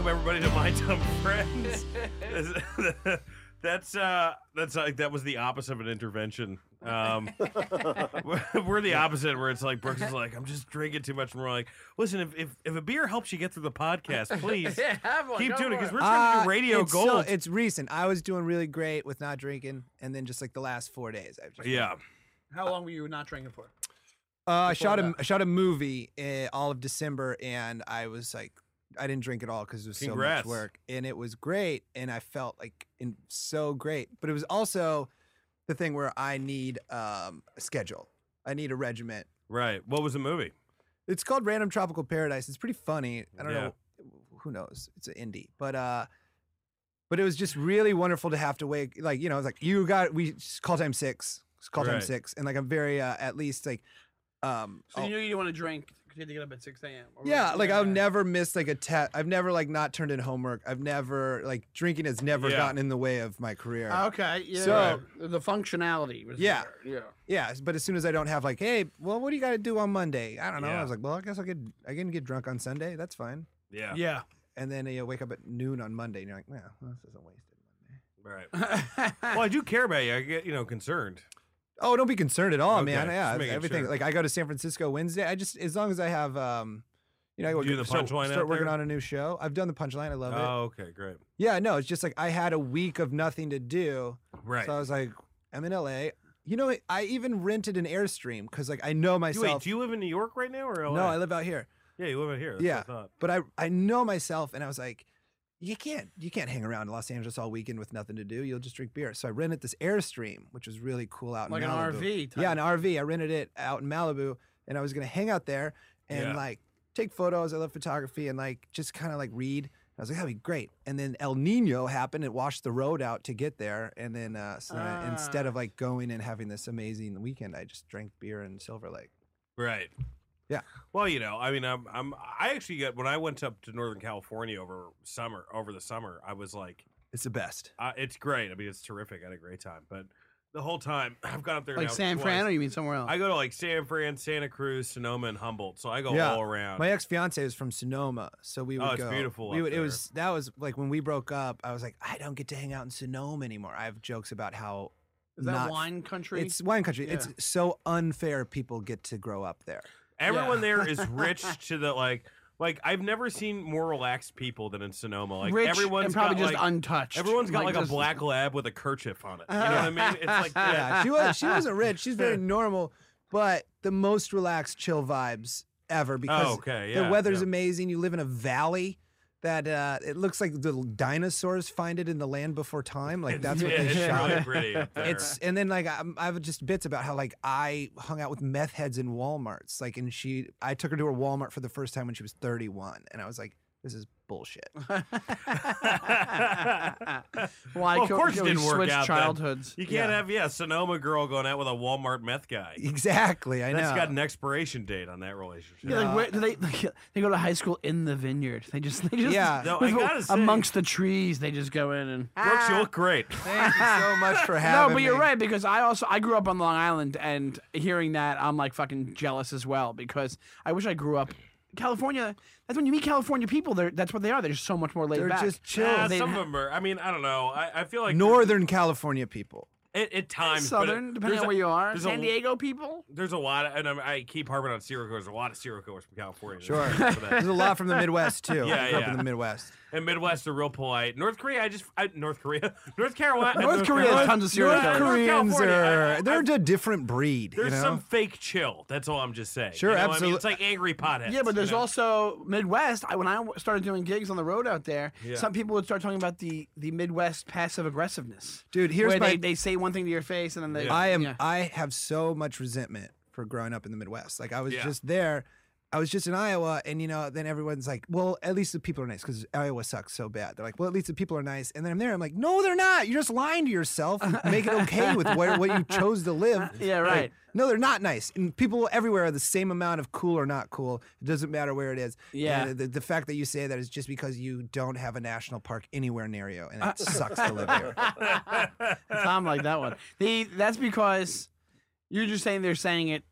Uh, everybody to My Dumb Friends. This- that's uh, that's like that was the opposite of an intervention. Um, we're, we're the opposite, where it's like Brooks is like, I'm just drinking too much, and we're like, listen, if if, if a beer helps you get through the podcast, please Yeah, have one. keep go doing it for because we're trying to Uh, do radio it's gold. So, it's recent. I was doing really great with not drinking, and then just like the last four days, I've just yeah, How long were you not drinking for? Uh, I shot a that. I shot a movie uh, all of December, and I was like, I didn't drink at all because it was Congrats. so much work, and it was great, and I felt like in, so great. But it was also the thing where I need um, a schedule. I need a regiment. right. What was the movie? It's called Random Tropical Paradise. It's pretty funny. I don't Yeah. know. Who knows? It's an indie, but uh, but it was just really wonderful to have to wake. Like you know, it's like you got we it's call time six, it's call time Right. six, and like I'm very uh, at least like. Um, So I'll- you knew you didn't want to drink because you had to get up at 6 a.m. or- yeah, like I've Oh. yeah. never missed like a test. I've never like not turned in homework. I've never like drinking has never Yeah. gotten in the way of my career. Okay. Yeah. So- the functionality was Yeah. there, Yeah. yeah, but as soon as I don't have like, hey, well, what do you got to do on Monday? I don't know. Yeah. I was like, well, I guess I could I can get drunk on Sunday. That's fine. Yeah, Yeah. yeah. And then you wake up at noon on Monday, and you're like, well, this isn't wasted. Monday. right. Well, well, I do care about you. I get you know concerned. Oh, don't be concerned at all, Okay, man. just Yeah, making everything. sure. Like I go to San Francisco Wednesday. I just as long as I have, um, you know, I Do the start, punchline out start working there? on a new show. I've done the punchline. I love it. Oh, okay, great. Yeah, no, it's just like I had a week of nothing to do. Right. So I was like, I'm in LA. You know, I even rented an Airstream because like I know You- wait, myself. do you live in New York right now or LA? no, I live out here, yeah, you live out here. That's Yeah. what I thought. but I I know myself, and I was like, you can't you can't hang around in Los Angeles all weekend with nothing to do. You'll just drink beer. So I rented this Airstream, which was really cool out like in an Malibu. RV. Type. Yeah, an RV. I rented it out in Malibu, and I was gonna hang out there and Yeah. like take photos. I love photography and like just kind of like read. I was like, that'd be great. And then El Nino happened. It washed the road out to get there. And then, uh, so then I, instead Ah. of like going and having this amazing weekend, I just drank beer in Silver Lake. Right. Yeah. Well, you know, I mean, I'm, I'm, I actually got when I went up to Northern California over summer, over the summer, I was like, It's the best. uh, it's great. I mean, it's terrific. I had a great time, but the whole time I've gone up there like now San twice. Fran, or you mean somewhere else? I go to like San Fran, Santa Cruz, Sonoma, and Humboldt, so I go Yeah. all around. My ex fiance was from Sonoma, so we Oh, would it's go. beautiful We up would, It there. was that was like when we broke up. I was like, I don't get to hang out in Sonoma anymore. I have jokes about how Is that not- wine country? It's wine country. It's so unfair. People get to grow up there. Everyone Yeah. there is rich to the like, like I've never seen more relaxed people than in Sonoma. Like Rich everyone's and probably got, just like, untouched. Everyone's got like, a just- black lab with a kerchief on it. You know what I mean? It's like Oh, yeah, she was she wasn't rich. She's very normal, but the most relaxed, chill vibes ever because Oh, okay. Yeah. the weather's yeah. amazing. You live in a valley that uh, it looks like the dinosaurs find it in the land before time. Like that's what yeah, they it's shot. Really pretty up there. It's and then like i I have just bits about how like I hung out with meth heads in WalMarts. Like and she, I took her to her Walmart for the first time when she was 31, and I was like, this is bullshit. Why? Well, of co- course it can we didn't work switch out then. Childhoods. you can't have yeah Sonoma girl going out with a Walmart meth guy. Exactly, I That's know. got an expiration date on that relationship. Yeah, like where, do they like, they go to high school in the vineyard. They just they just Yeah. No, I gotta say- amongst the trees they just go in and Brooks, you look great. Thank you so much for No, having me. but you're right because I also I grew up on Long Island and hearing that I'm like fucking jealous as well because I wish I grew up California. That's when you meet California people. They're that's what they are. They're just so much more laid They're back. Uh, just chill. Yeah, They'd Ah, some of ha- them are. I mean, I don't know. I, I feel like Northern California people. it, at times, but it- Southern, depending there's on a- where you are. there's a- San Diego people. There's a lot, of, and I'm, I keep harping on Syracuse. There's a lot of Syracuse from California. Sure. For that. There's a lot from the Midwest too. Yeah, I grew up yeah. in the Midwest. And Midwest are real polite. North Korea, I just I, North Korea, North Carolina, North Korea has tons of serial North North killers. Korea- Koreans California, I- are I- they're a different breed. There's you know? some fake chill. That's all I'm just saying. Sure, you know what I mean? absolute- It's like angry potheads. Yeah, but there's you know? also Midwest. I, when I w- started doing gigs on the road out there, Yeah. some people would start talking about the, the Midwest passive aggressiveness. Dude, here's where my- they, they say one thing to your face and then they. Yeah. I am yeah. I have so much resentment for growing up in the Midwest. Like I was Yeah. just there. I was just in Iowa, and you know, then everyone's like, "Well, at least the people are nice," because Iowa sucks so bad. They're like, "Well, at least the people are nice," and then I'm there. I'm like, "No, they're not. You're just lying to yourself. Make it okay with where what you chose to live." Yeah, Like, right. no, they're not nice, and people everywhere are the same amount of cool or not cool. It doesn't matter where it is. Yeah. And the, the fact that you say that is just because you don't have a national park anywhere near you, Uh, and it sucks to live here. Tom like that one. The that's because you're just saying they're saying it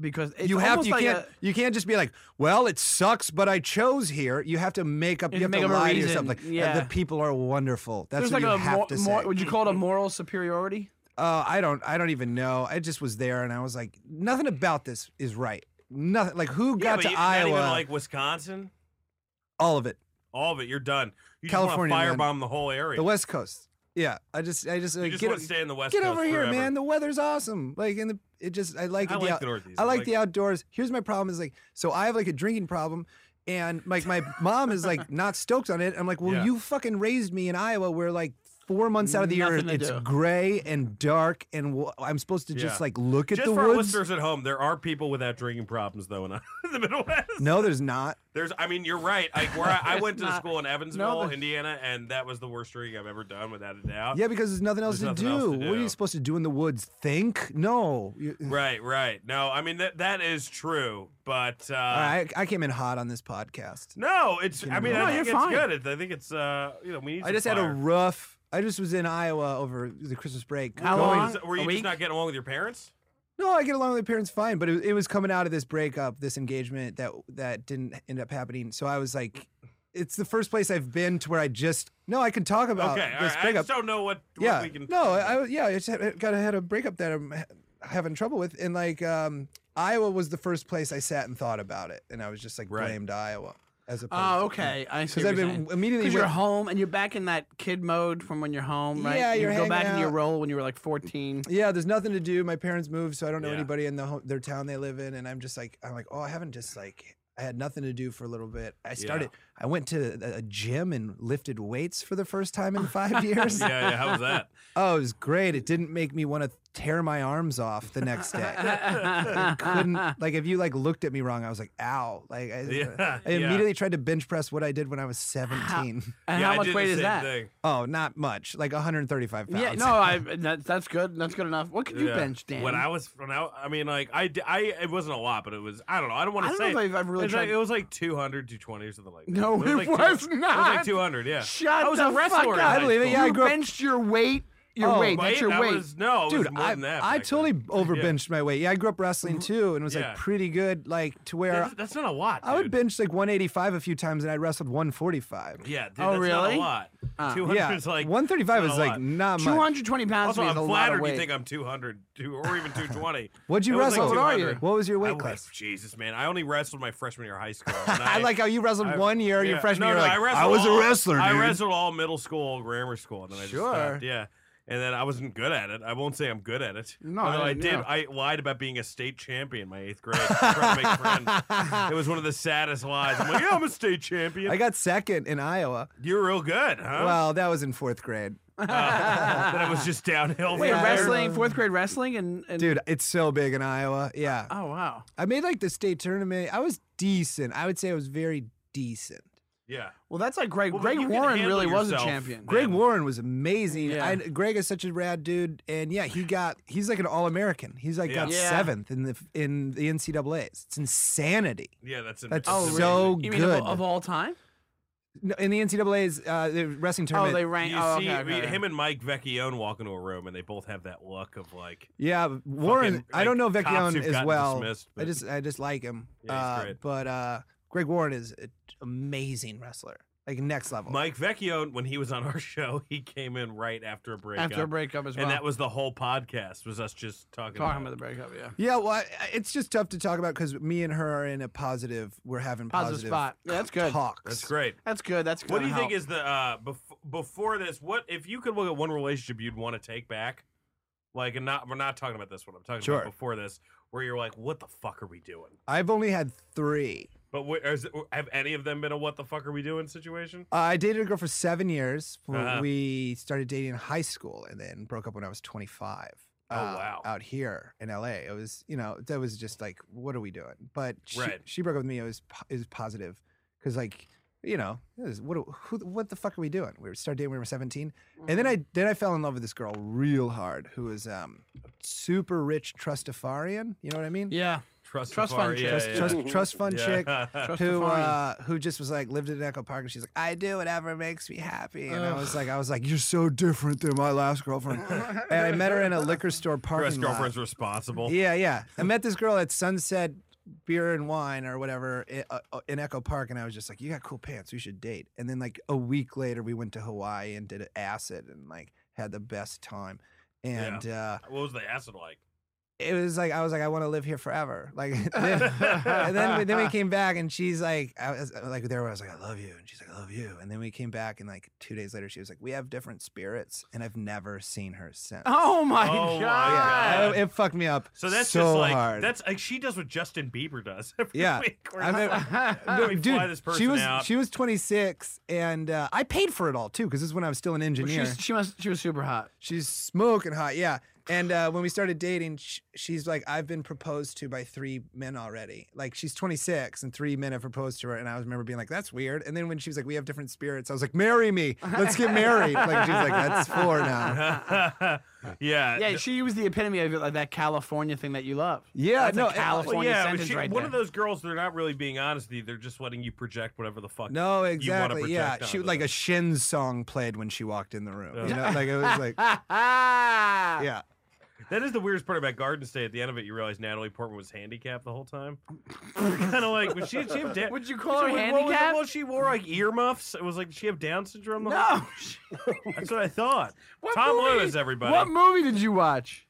because it's you have almost you like can't a- you can't just be like, well, it sucks, but I chose here. You have to make up. You, You have make to up a lie to reason, yourself. Like yeah. the people are wonderful. there's That's what like you a have mor- to say. mor- would you call it a moral superiority? uh, I don't I don't even know. I just was there and I was like, nothing about this is right. Nothing like who yeah, got but to you, Iowa? Not even like Wisconsin. all of it. All of it. You're done. You California, just man. want to firebomb the whole area. The West Coast. Yeah, I just I just, uh, you just get want o- to stay in the West get Coast over here, forever. man. The weather's awesome. Like and the, it just I like I it. like out- the Northeast. I I like like- the outdoors. Here's my problem is like so I have like a drinking problem. And like my mom is like not stoked on it. I'm like, well, Yeah. you fucking raised me in Iowa, where like four months out of the year Nothing to it's do. gray and dark, and w- I'm supposed to just Yeah. like look at Just the for our woods. listeners at home, there are people without drinking problems though in in the Midwest. No, there's not. There's, I mean, you're right. Like where I, I went to Not- school in Evansville, there's- Indiana, and that was the worst drinking I've ever done, without a doubt. Yeah, because there's nothing else, Uh, There's to, nothing else do. to What are you do. supposed to do in the woods? Think? No. You- Right, right. No, I mean that that is true, but uh, All right, I, I came in hot on this podcast. no, it's. I mean, No, I you're think it's fine. good. It's, I think it's. Uh, you know, we need. I some just had a fire. rough. I just was in Iowa over the Christmas break. How going- long? Is- Were A you week? just not getting along with your parents? No, I get along with my parents fine, but it, it was coming out of this breakup, this engagement that that didn't end up happening. So I was like, it's the first place I've been to where I just no, I can talk about okay, all this right. I breakup. just don't know what. what yeah, we can, no, I I- yeah, I just had, got I had a breakup that I'm ha- having trouble with, and like um, Iowa was the first place I sat and thought about it, and I was just like Right. blamed Iowa as opposed. Oh, okay. I see. Because I've been immediately Because you're went- home and you're back in that kid mode from when you're home, right? Yeah, you you're go back hanging into your out. role when you were like 14. yeah, there's nothing to do. My parents moved, so I don't know Yeah. anybody in the ho- their town they live in, and I'm just like, I'm like, oh, I haven't just like, I had nothing to do for a little bit. I started, I went to a- a gym and lifted weights for the first time in five years. yeah, yeah. How was that? Oh, it was great. It didn't make me want to tear my arms off the next day. I couldn't like if you like looked at me wrong, I was like, ow. Like I, Yeah, I yeah. immediately tried to bench press what I did when I was 17. And yeah, how I much did weight the is same that? Thing. oh, not much. Like 135 pounds. Yeah, no, I that, that's good. That's good enough. What could you Yeah. bench, Dan? When I was, when I, I mean, like I, d- I- it wasn't a lot, but it was. I don't know. I don't want I to don't say. know if I've- I've really it was like- tried- it was like 200, 220 or something like that. No, it like was two- It was not. like two hundred. Yeah. Shut I was the a wrestler. fuck in up. high I believe it, school. yeah, I you grew up- benched your weight. Your Oh, weight. That's Wait, your that weight. Was, no, it Dude, was Oh, more I, than that. I back then. Mm-hmm. totally overbenched my weight. Yeah, I grew up wrestling too, and was Yeah. like pretty good, like to where That's, that's not a lot. I would dude. bench like 185 a few times, and I wrestled 145. Yeah. Dude, Oh, that's Not really? a lot. Uh, Two Yeah, hundred is like uh, 135 not is a like lot. not much. 220 pounds Also, to me I'm is a lot of flattered you weight. think I'm 200 two, or even 220. What'd you It was like wrestle? What are you? 200. What was your I weight was- class? Jesus, man, I only wrestled my freshman year of high school. and I like how you wrestled I- one year, yeah. your freshman no, year. no, like, I, wrestled was a all- wrestler, I dude." wrestled all middle school, grammar school, and then I just Sure. stopped. Yeah, and then I wasn't good at it. I won't say I'm good at it. No, although I I, didn't did. know. I lied about being a state champion my eighth grade. trying to make friends. It was one of the saddest lies. I'm like, yeah, I'm a state champion. I got second in Iowa. You're real good, huh? Well, that was in fourth grade. Uh, then it was just downhill. Wait, from there. wrestling, fourth grade wrestling, and, and Dude, it's so big in Iowa. Yeah. Uh, Oh wow. I made like the state tournament. I was decent. I would say I was very decent. Yeah. Well, that's like Greg. Well, but Greg you can Warren handle really was a yourself. champion. Greg- Greg Warren was amazing. Yeah. I, Greg is such a rad dude, and yeah, he got he's like an all American. He's like got Yeah. Yeah. seventh in the in the NCAAs. It's insanity. Yeah, that's an, That's that's really? an so You mean good of, of all time? No, in the NCAAs uh, the wrestling Oh, tournament. they rank. You oh, see okay, okay. him and Mike Vecchione walk into a room, and they both have that look of like, yeah, Warren. Fucking, I don't know like, cops Vecchione who've as gotten well. dismissed, I but- just I just like him. Yeah, he's Uh, great. but uh, Greg Warren is an amazing wrestler, like next level. Mike Vecchione. When he was on our show, he came in right after a breakup, after a breakup as well. and that was the whole podcast was us just talking, talking about about the breakup. Yeah. yeah, well, I, I- it's just tough to talk about because me and her are in a positive. We're having Positive positive spot. Yeah, that's good. Talks. That's great. That's good. That's good. What do you think is the uh bef- before this? What if you could look at one relationship you'd want to take back? Like, and not we're not talking about this one. I'm talking Sure. about before this, where you're like, what the fuck are we doing? I've only had three. But wh- is it, have any of them been a what the fuck are we doing situation? Uh, I dated a girl for seven years. W- Uh-huh. We started dating in high school and then broke up when I was 25. Oh, uh, wow. Out here in LA. It was, you know, that was just like, what are we doing? But she, Right. she broke up with me. It was, po- it was positive because, like, you know, it was, what, do- who, what the fuck are we doing? We started dating when we were 17. And then I then I fell in love with this girl real hard who was um, super rich trustafarian. You know what I mean? Yeah. Trust, Trust Safari, fund yeah, chicks. trust, yeah. trust, trust fund chick Yeah. Trust who Safari. uh, who just was like lived in an echo park and she's like I do whatever makes me happy and I was like I was like you're so different than my last girlfriend and uh, I met her in a liquor store Trust parking lot girlfriend's responsible. yeah yeah I met this girl at Sunset Beer and Wine or whatever i- uh, uh, in Echo Park and I was just like you got cool pants we should date and then like a week later we went to Hawaii and did acid and like had the best time and uh, What was the acid like? it was like I was like I want to live here forever like. and then we, then we came back and she's like I was like there I was like I love you and she's like I love you and then we came back and like two days later she was like we have different spirits and I've never seen her since. Oh my Oh my god! Yeah, God. I- it fucked me up. So that's so just like hard. that's like she does what Justin Bieber does every Yeah. week. where I it's mean- like, let me Uh, Dude, fly this person she was out. she was 26, and uh, I paid for it all too because this is when I was still an Well, engineer. she's- she must. She was super hot. She's smoking hot, yeah. And uh, when we started dating, sh- she's like, I've been proposed to by three men already. Like, she's 26 and three men have proposed to her. And I was remember being like, that's weird. And then when she was like, we have different spirits, I was like, marry me. Let's get married. like, she's like, that's four now. yeah. Uh, Yeah, she was the epitome of like that California thing that you love. Yeah, That's a no, I- Well, California yeah, but sentence she, right one there. of those girls, they're not really being honest with you. They're just letting you project whatever the fuck. No, You exactly. wanna Yeah. project She onto like them. a Shin song played when she walked in the room. You Yeah. know, like, it was like, Ah! yeah. That is the weirdest part about Garden State. At the end of it, you realize Natalie Portman was handicapped the whole time. kind of like, was she, did she have da- Would you call Well, her well, handicapped? Well, she wore like earmuffs. It was like, did she have Down syndrome? the whole- No. That's what I thought. What Tom movie- Lewis, everybody. What movie did you watch?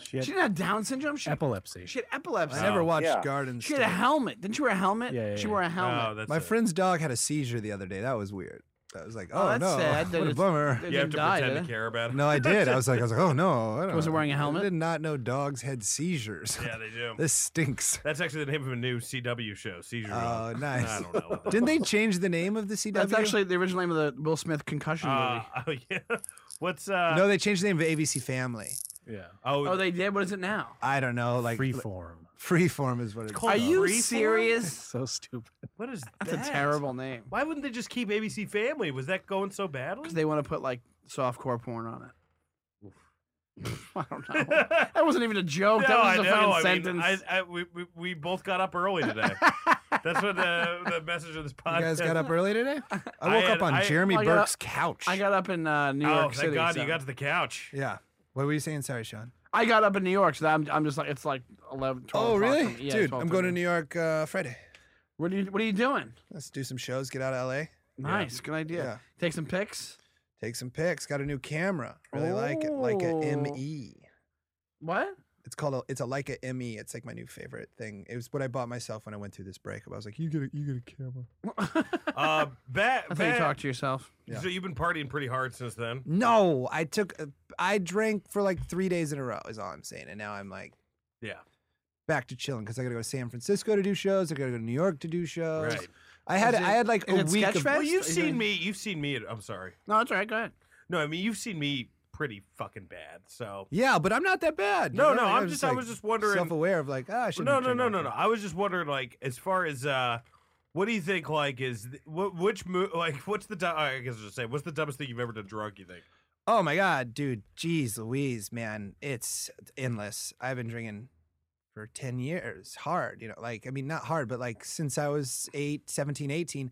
She She had didn't have Down syndrome. She, epilepsy. she had epilepsy. I never watched Yeah. Garden She had a State. helmet. Didn't she wear a helmet? Yeah, yeah, she yeah. wore a Oh, helmet. that's My it. friend's dog had a seizure the other day. That was weird. I was like, oh, Oh, that's no. sad that what a it's- bummer. They You have didn't to die, pretend did to they? care about it. No, I did. I was like, I was like, oh no, I don't. Was it know. wearing a helmet? I did not know dogs had seizures. Yeah, they do. this stinks. That's actually the name of a new CW show, Seizure. Uh, Oh, nice. I don't know. what the- Didn't they change the name of the CW? That's actually the original name of the Will Smith concussion Uh, movie. oh, yeah. What's uh? no. They changed the name of ABC Family. yeah. oh, Oh, they did. What is it now? I don't know. Like Freeform. Freeform is what it's called Are you Freeform? serious? So stupid. what is That's that? a terrible name. Why wouldn't they just keep ABC Family? Was that going so badly? Because they want to put like softcore porn on it. I don't know. That wasn't even a joke. that was I just a fucking know. I sentence. mean, I, I, we, we, we both got up early today. That's what the, the message of this podcast. You guys got up early today. I I woke had- up on I- Jeremy I got- Burke's couch. I got up in uh, New oh, York thank City. God so- you got to the couch. yeah. What were you saying? Sorry, Sean. I got up in New York, so I'm, I'm just like it's like 11, 12 Oh, o'clock really, for me. Yeah, dude? 12 I'm for going to me. New York uh, Friday. What are you What are you doing? Let's do some shows. Get out of LA. Nice, good idea. Yeah. Take some pics. Take some pics. Got a new camera. Really like it. Like a E. Oh. ME. What? It's called a, it's a Leica ME. It's like my new favorite thing. It was what I bought myself when I went through this breakup. I was like, you get a you get a camera. Uh, ba- I thought you ba- talked to yourself. So you've been partying pretty hard since then. No, I took a, I drank for like three days in a row. Is all I'm saying. And now I'm like Yeah. back to chilling because I got to go to San Francisco to do shows. I got to go to New York to do Uh, shows. Right. I had Is it- I had like is a it week Sketchfest? of Well, you've Is it- seen me. You've seen me. At, I'm sorry. No, that's all right. Go ahead. No, I mean you've seen me pretty fucking bad. So yeah, but I'm not that bad. you No, no, know? Like, I'm just- I was just wondering- self-aware of like ah, I should no, no, no, no, no. I was just wondering, like, as far as uh, what do you think? Like, is th- wh- which mo- like what's the du- I guess I'll just say what's the dumbest thing you've ever done drunk? You think? Oh my god, dude, jeez Louise, man, it's endless. I've been drinking for 10 years hard, you know, like I mean not hard, but like since I was 8, 17, 18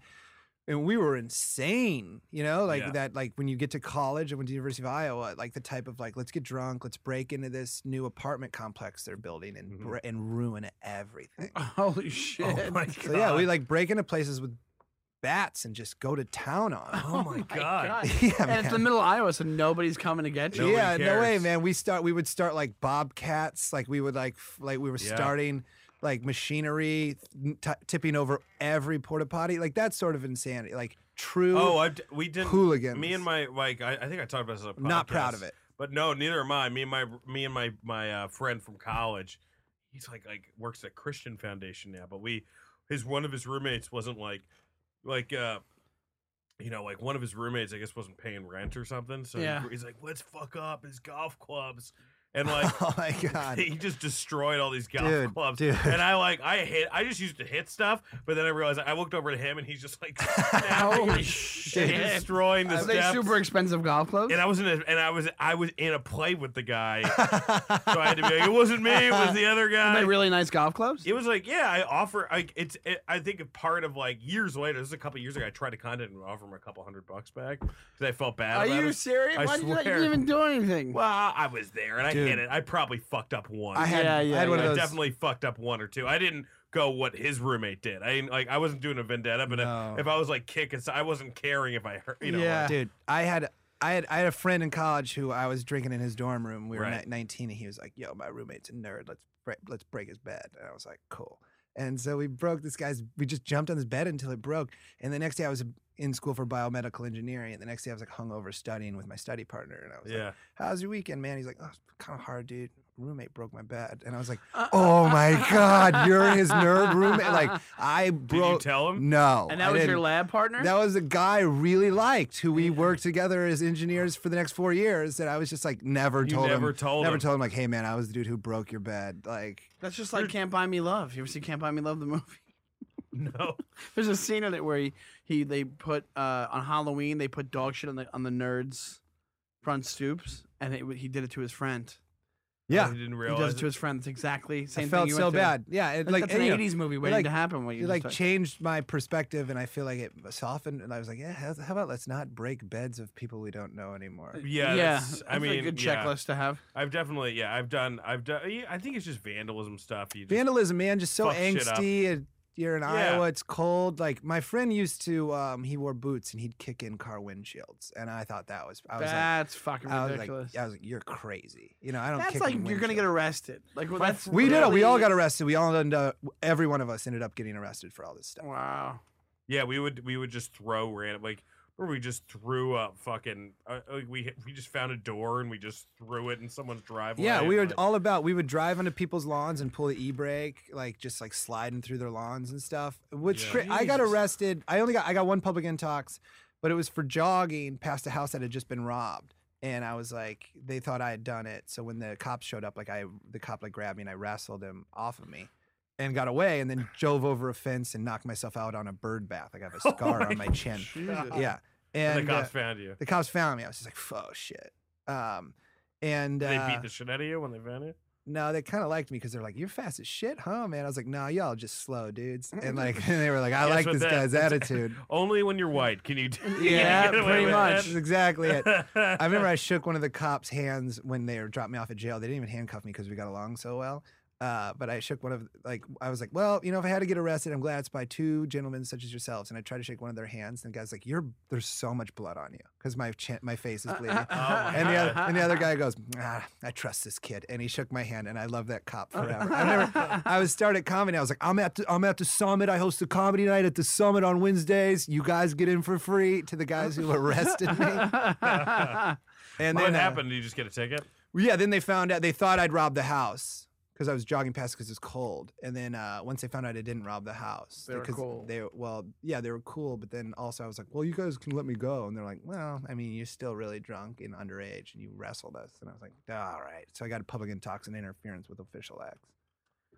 and we were insane, you know, like Yeah. that like when you get to college and went to University of Iowa, like the type of like let's get drunk, let's break into this new apartment complex they're building and Mhm. br- and ruin everything. Holy shit! Oh my god! So yeah, we like break into places with bats and just go to town on. 'em. Oh my god! yeah, And it's man. the middle of Iowa, so nobody's coming to get you. Nobody yeah, no way, cares. man. We start. We would start like bobcats. Like we would like f- like we were Yeah. starting like machinery n- t- tipping over every porta potty. Like that sort of insanity. Like true. Oh, I d- we didn't. hooligans. Me and my like, I, I think I talked about this. On a Not proud podcast, of it. But no, neither am I. Me and my me and my my uh, friend from college. He's like like works at Christian Foundation now, but we his one of his roommates wasn't like like uh you know like one of his roommates I guess wasn't paying rent or something. So he- Yeah. he's like, let's fuck up his golf clubs. and like oh my god. he just destroyed all these golf Dude, clubs. dude. And I like I hit I just used to hit stuff, but then I realized I looked over to him and he's just like snapping Holy and shit. destroying the Are they steps. super expensive golf clubs? and I was in a and I was I was in a play with the guy. so I had to be like, it wasn't me, it was the other Are guy. they really nice golf clubs? It was like, yeah, I offer. Like, it's. It, I think a part of like years later. This is a couple years ago. I tried to contact him and offer him a couple hundred bucks back because I felt bad. Are about you it. serious? I Why did you, you swear. didn't even do anything? Well, I was there and I Dude. hit it. I probably fucked up one. I had, Yeah, I yeah, had one I of those. definitely fucked up one or two. I didn't go what his roommate did. I didn't like. I wasn't doing a vendetta, but if- No. if, I was like kicking, I wasn't caring if I hurt. You know. Yeah. like- Dude, I had I had I had a friend in college who I was drinking in his dorm room. We were Right. ni- 19 and he was like, "Yo, my roommate's a nerd. Let's break, let's break his bed." And I was like, "Cool." And so we broke this guy's we just jumped on his bed until it broke. And the next day I was in school for biomedical engineering and the next day I was like hungover studying with my study partner and I was like, yeah. "How's your weekend, man?" He's like, "Oh, kind of hard, dude. Roommate broke my bed." And I was like, Uh, "Oh uh, my uh, god, you're his nerd roommate." Like I Did you broke tell him? no. and I that was your didn't. lab partner? That was a guy I really liked who Mm-hmm. we worked together as engineers for the next four years. That I was just like never You told never him, told never him. told him like, hey man, I was the dude who broke your bed. Like, That's just like Can't Buy Me Love. You ever see Can't Buy Me Love the movie? No. There's a scene in it where he, he they put uh, on Halloween they put dog shit on the on the nerds front stoops and it, he did it to his friend. I didn't He realize. does it it. to his friend. It's exactly the I same felt thing. you so went through. bad. Yeah, it, That's, like like, that's an and, you know, 80s movie waiting like- to happen. What you it just like talked- changed my perspective, and I feel like it softened. And I was like, yeah, how how about let's not break beds of people we don't know anymore. Yeah. yeah. that's- I that's mean, a good yeah. checklist to have. I've definitely. Yeah. I've done. I've done. yeah, I think it's just vandalism stuff. You just, Vandalism, man, just so fuck shit up. angsty. And you're in Yeah. Iowa, it's cold. Like my friend used to, um, he wore boots and he'd kick in car windshields, and I thought that was, I was like. That's fucking I was ridiculous. like, I was like, you're crazy. You know, I don't. that's kick like in you're gonna get windshields." arrested. Like well, My that's fr- We did it. We all really- got arrested. We all ended up. Every one of us ended up getting arrested for all this stuff. Wow. Yeah. We would. We would just throw random like. Or we just threw a fucking. Uh, like we hit- we just found a door and we just threw it in someone's driveway. Yeah, and, we were like- all about. We would drive onto people's lawns and pull the e-brake, like just like sliding through their lawns and stuff. Which Yeah. cra- I got Jesus. arrested. I only got I got one public intox, but it was for jogging past a house that had just been robbed. And I was like, they thought I had done it. So when the cops showed up, like I, the cop like grabbed me and I wrestled him off of me, and got away. And then drove over a fence and knocked myself out on a bird bath. Like I have a Oh scar my on my chin. Jesus. Yeah, and and, the uh, cops found you. the cops found me. I was just like, oh shit. Um, and Did they uh, beat the shit out of you when they found you. no, they kind of liked me because they're like, "You're fast as shit, huh, man?" I was like, "No, y'all just slow dudes," and like they were like, "I Yes, like with this that- guy's that's- attitude." Only when you're white can you do. can you Yeah, get away pretty with much. That's exactly it. that? I remember I shook one of the cops' hands when they were dropped me off at jail. They didn't even handcuff me because we got along so well. Uh, but I shook one of like I was like, well, you know, if I had to get arrested, I'm glad it's by two gentlemen such as yourselves. And I tried to shake one of their hands, and the guy's like, "You're there's so much blood on you because my chin, my face is Oh bleeding." my And the, other, and the other guy goes, ah, I trust this kid. And he shook my hand, and I love that cop Uh-uh. forever. I never, I was started comedy. I was like, I'm at the, I'm at the summit. I host a comedy night at the summit on Wednesdays. You guys get in for free. To the guys who arrested me. And what then uh, happened? Did you just get a ticket? yeah, then they found out. They thought I'd robbed the house because I was jogging past because it's cold. And then uh, once they found out I didn't rob the house, They were 'cause cool. They well, yeah, they were cool. But then also I was like, well, you guys can let me go. And they're like, well, I mean, you're still really drunk and underage, and you wrestled us. And I was like, all right. So I got a public intox and interference with official acts.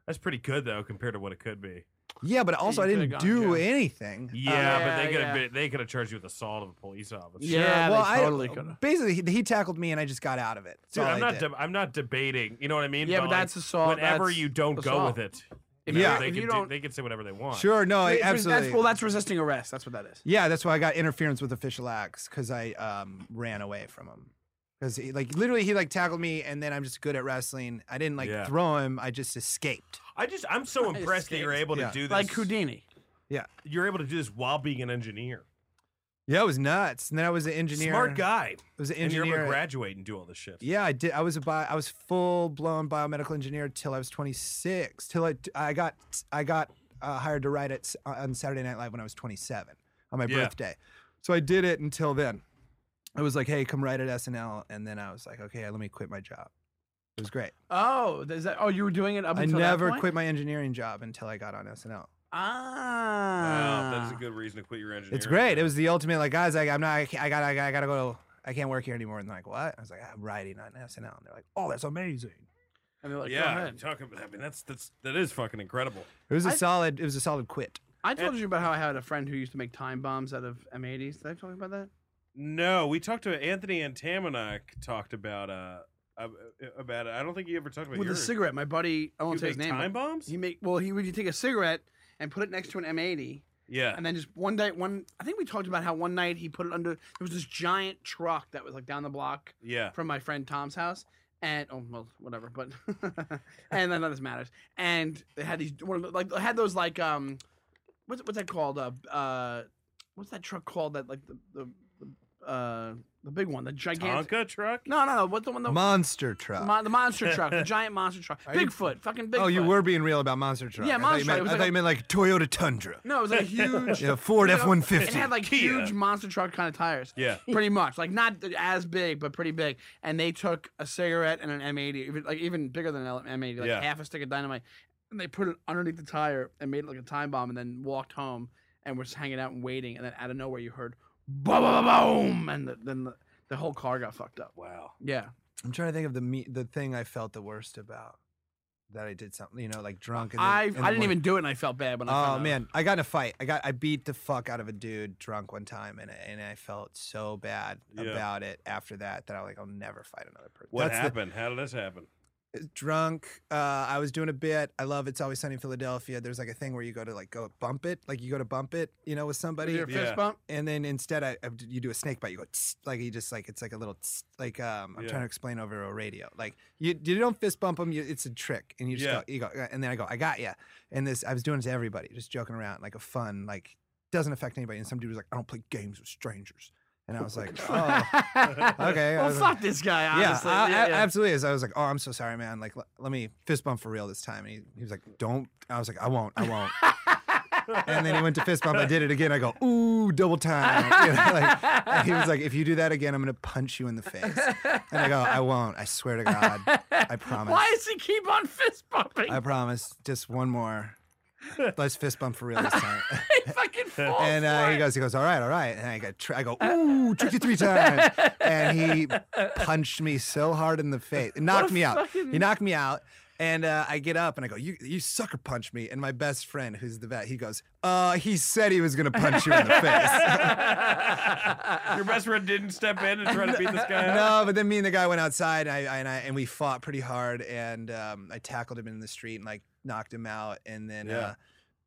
That's pretty good though, compared to what it could be. Yeah, but also you I could've didn't gone to do jail. anything. Yeah, but Oh, yeah, they could have yeah. been, they could have charged you with assault of a police officer. Yeah, they totally I, coulda. Basically, he, he tackled me, and I just got out of it. That's Dude, all I'm I not did. deb- I'm not debating. You know what I mean? Yeah, but like, that's assault, Whenever that's you don't go assault. with it, If you know, Yeah. they if can you do- don't- they can say whatever they want. Sure, no, I- Wait, for- absolutely. That's, well, that's resisting arrest. That's what that is. Yeah, that's why I got interference with official acts because I um, ran away from him. Because he like literally he like tackled me and then I'm just good at wrestling. I didn't like Yeah. throw him. I just escaped. I just I'm so I impressed that you're escaped. able to Yeah. do this. Like Houdini. you're able to do this while being an engineer. Yeah, it was nuts. And then I was an engineer. Smart guy. I was an And you're able to engineer. graduate and do all this shit. yeah, I did. I was a bio, I was full blown biomedical engineer till I was 26. Till I I got I got uh, hired to write it on Saturday Night Live when I was 27 on my Yeah. birthday. So I did it until then. I was like, hey, come write at SNL, and then I was like, okay, let me quit my job. It was great. Oh, is that? Oh, you were doing it up I until that never point? quit my engineering job until I got on SNL. Wow, Ah, that's a good reason to quit your engineering. It's great. It was the ultimate. Like guys, I, I'm not. I, can't- I got. I got. I got to go. I can't work here anymore. And they're like, what? I was like, I'm writing on SNL. And they're like, oh, that's amazing. And they're like, yeah. yeah, talking about. I mean, that's that's that is fucking incredible. It was a I- solid. It was a solid quit. I told you about how I had a friend who used to make time bombs out of M80s. Did I talk about that? No, we talked to Anthony and Tamanak talked about uh ab- about it. I don't think you ever talked about With a yours. cigarette. My buddy, I You won't say make his name. time but bombs. He make well. He would you take a cigarette and put it next to an M80, yeah, and then just one night, one I think we talked about how one night he put it under. There was this giant truck that was like down the block yeah. from my friend Tom's house, and oh well, whatever. But and none of this matters. And they had these one of the- like they had those like um, what's what's that called? Uh, uh what's that truck called? That like the the, the uh the big one, the gigantic. Tonka truck. No, no, no. What's the one? The, Monster truck. mon- the monster truck, the giant monster truck, Bigfoot, fucking Bigfoot. oh, you were being real about monster truck. Yeah, I thought monster you truck. meant- It was I like thought a- you meant like Toyota Tundra. No, it was like a huge. Yeah, Ford you know, F one It fifty. had like Kia. huge monster truck kind of tires. Yeah. Pretty much, like not th- as big, but pretty big. And they took a cigarette and an M80, even- like even bigger than an M80, like Yeah. half a stick of dynamite, and they put it underneath the tire and made it like a time bomb, and then walked home and was hanging out and waiting, and then out of nowhere you heard boom, boom, boom, and the, then the, the whole car got fucked up. Wow. Yeah. I'm trying to think of the me- the thing I felt the worst about that I did something. You know, like drunk. And then- I and then I didn't one- even do it, and I felt bad when I. found Oh out. man, I got in a fight. I got I beat the fuck out of a dude drunk one time, and I- and I felt so bad Yeah. about it after that that I was like, I'll never fight another person. What That's the- happened? How did this happen? drunk. Uh, I was doing a bit. I love It's Always Sunny in Philadelphia. There's like a thing where you go to like go bump it, like you go to bump it, you know, with Was somebody. your fist Yeah. bump? And then instead, I, I- you do a snake bite. You go tss, like you just like it's like a little tss, like um. I'm Yeah. trying to explain over a radio. Like you you don't fist bump them. You, it's a trick, and you just Yeah. go, you go and then I go I got ya. And this I was doing it to everybody, just joking around, like a fun like doesn't affect anybody. And some dude was like, I don't play games with strangers. And I was like, oh, okay. I well, was like- fuck this guy. Honestly. yeah, I- yeah, I- yeah. absolutely. So I was like, "Oh, I'm so sorry, man. Like, l- let me fist bump for real this time." And he, he was like, "Don't." I was like, "I won't. I won't." and then he went to fist bump. I did it again. I go, "Ooh, double time." You know, like, and he was like, "If you do that again, I'm gonna punch you in the face." And I go, "I won't. I swear to God, I promise. Why does he keep on fist bumping? I promise. Just one more. Let's fist bump for real this time." he fucking falls. And uh, for he it. goes, he goes, all right, all right. And I got, tr- I go, Uh, ooh, tricked you three times. And he punched me so hard in the face, it knocked a me out. fucking- He knocked me out. And uh, I get up and I go, you, you sucker punched me. And my best friend, who's the vet, he goes, uh, he said he was gonna punch you in the face. Your best friend didn't step in and try to beat this guy up. no, but then me and the guy went outside and I, and I and we fought pretty hard. And um, I tackled him in the street and like knocked him out. And then Yeah. uh,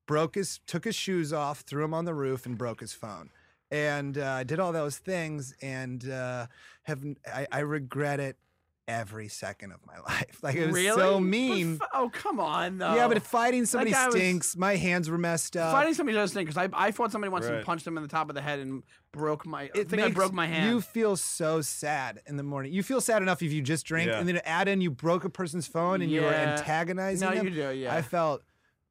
broke his took his shoes off, threw him on the roof, and broke his phone. And uh, did all those things, and uh, have I, I regret it every second of my life. Like it was really? so But mean. f- oh come on, though. Yeah, but if uh, fighting somebody guy was- stinks. My hands were messed up. fighting somebody does thing because I, I fought somebody once Right. and punched him in the top of the head and broke my. I think I broke my hand. You feel so sad in the morning. You feel sad enough if you just drink, Yeah. and then add in you broke a person's phone and you were Yeah. antagonizing no, them. you do. Yeah. I felt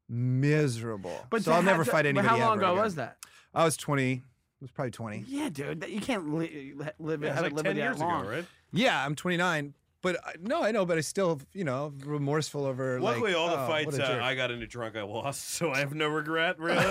miserable. but so to I'll never have to- fight anybody. But how long ever ago again. was that? I was twenty. I was probably twenty. Yeah, dude. That, you can't li- li- live it. Yeah, it's have like it live ten it that years long. ago, right? Yeah, I'm 29. But I, no, I know, but I still, you know, remorseful over. Luckily, like, all the oh, fights what a uh, jerk. I got into drunk, I lost, so I have no regret. Really,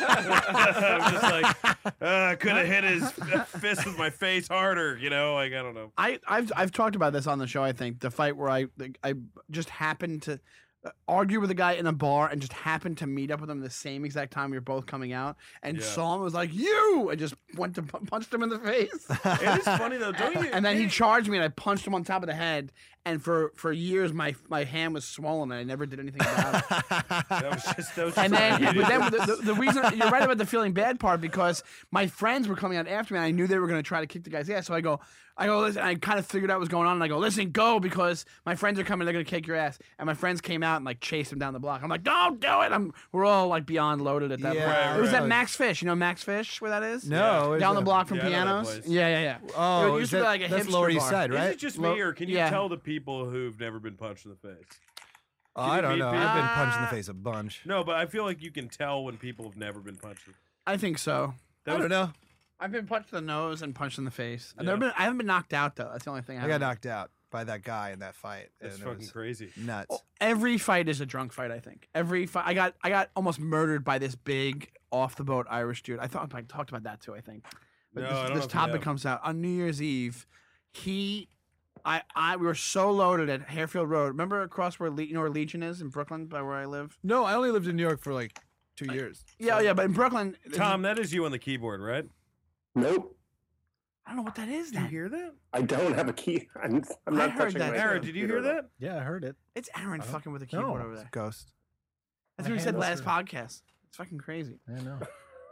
I'm just like, uh, could have hit his uh, fist with my face harder. You know, like I don't know. I, I've I've talked about this on the show. I think the fight where I like, I just happened to uh, argue with a guy in a bar and just happened to meet up with him the same exact time we were both coming out and Yeah. saw him and was like you and just went to pu- punched him in the face. It is funny though, don't you? and then he charged me and I punched him on top of the head. And for for years my my hand was swollen and I never did anything about it. that was just that was just And then, immediate. but then the, the, the reason you're right about the feeling bad part because my friends were coming out after me, and I knew they were going to try to kick the guy's ass. So I go, I go, listen. I kind of figured out what was going on, and I go, listen, go because my friends are coming. They're going to kick your ass. And my friends came out and like chased him down the block. I'm like, don't do it. I'm we're all like beyond loaded at that Yeah, point. Right, It was right. that Max Fish. You know Max Fish, where that is? no, what is Down the that? block from Yeah, I know that pianos. place. Yeah, yeah, yeah. Oh, it is used to that- be like a that's hipster Lower East bar. Side, Is right? it just Well, me, or can you yeah. tell the people who've never been punched in the face? Oh, I you don't beat know. people? I've been punched in the Ah. face a bunch. No, but I feel like you can tell when people have never been punched. in- I think so. That I was- don't know. I've been punched in the nose and punched in the face. I've Yeah. never been, I haven't been knocked out though. That's the only thing I, I got haven't- knocked out by that guy in that fight. That's and it fucking Oh, was crazy. nuts. Oh, Every fight is a drunk fight. I think every fight. I got I got almost murdered by this big off the boat Irish dude. I thought I talked about that too. I think but No, this, I don't know this if you topic have. comes out on New Year's Eve. He, I, I, we were so loaded at Harefield Road. Remember across where Le- you know where Legion is in Brooklyn, by where I live. No, I only lived in New York for like two years. Yeah, yeah, but in Brooklyn, Tom, that is you on the keyboard, right? Nope. I don't know what that is. Did you Then. hear that? I don't have a key. I'm, I'm I not heard touching that my too. Aaron, did you hear computer. that? Yeah, I heard it. It's Aaron I don't- fucking with a no. keyboard over It's a there. ghost. That's I what he said handle last it. podcast. It's fucking crazy. I know.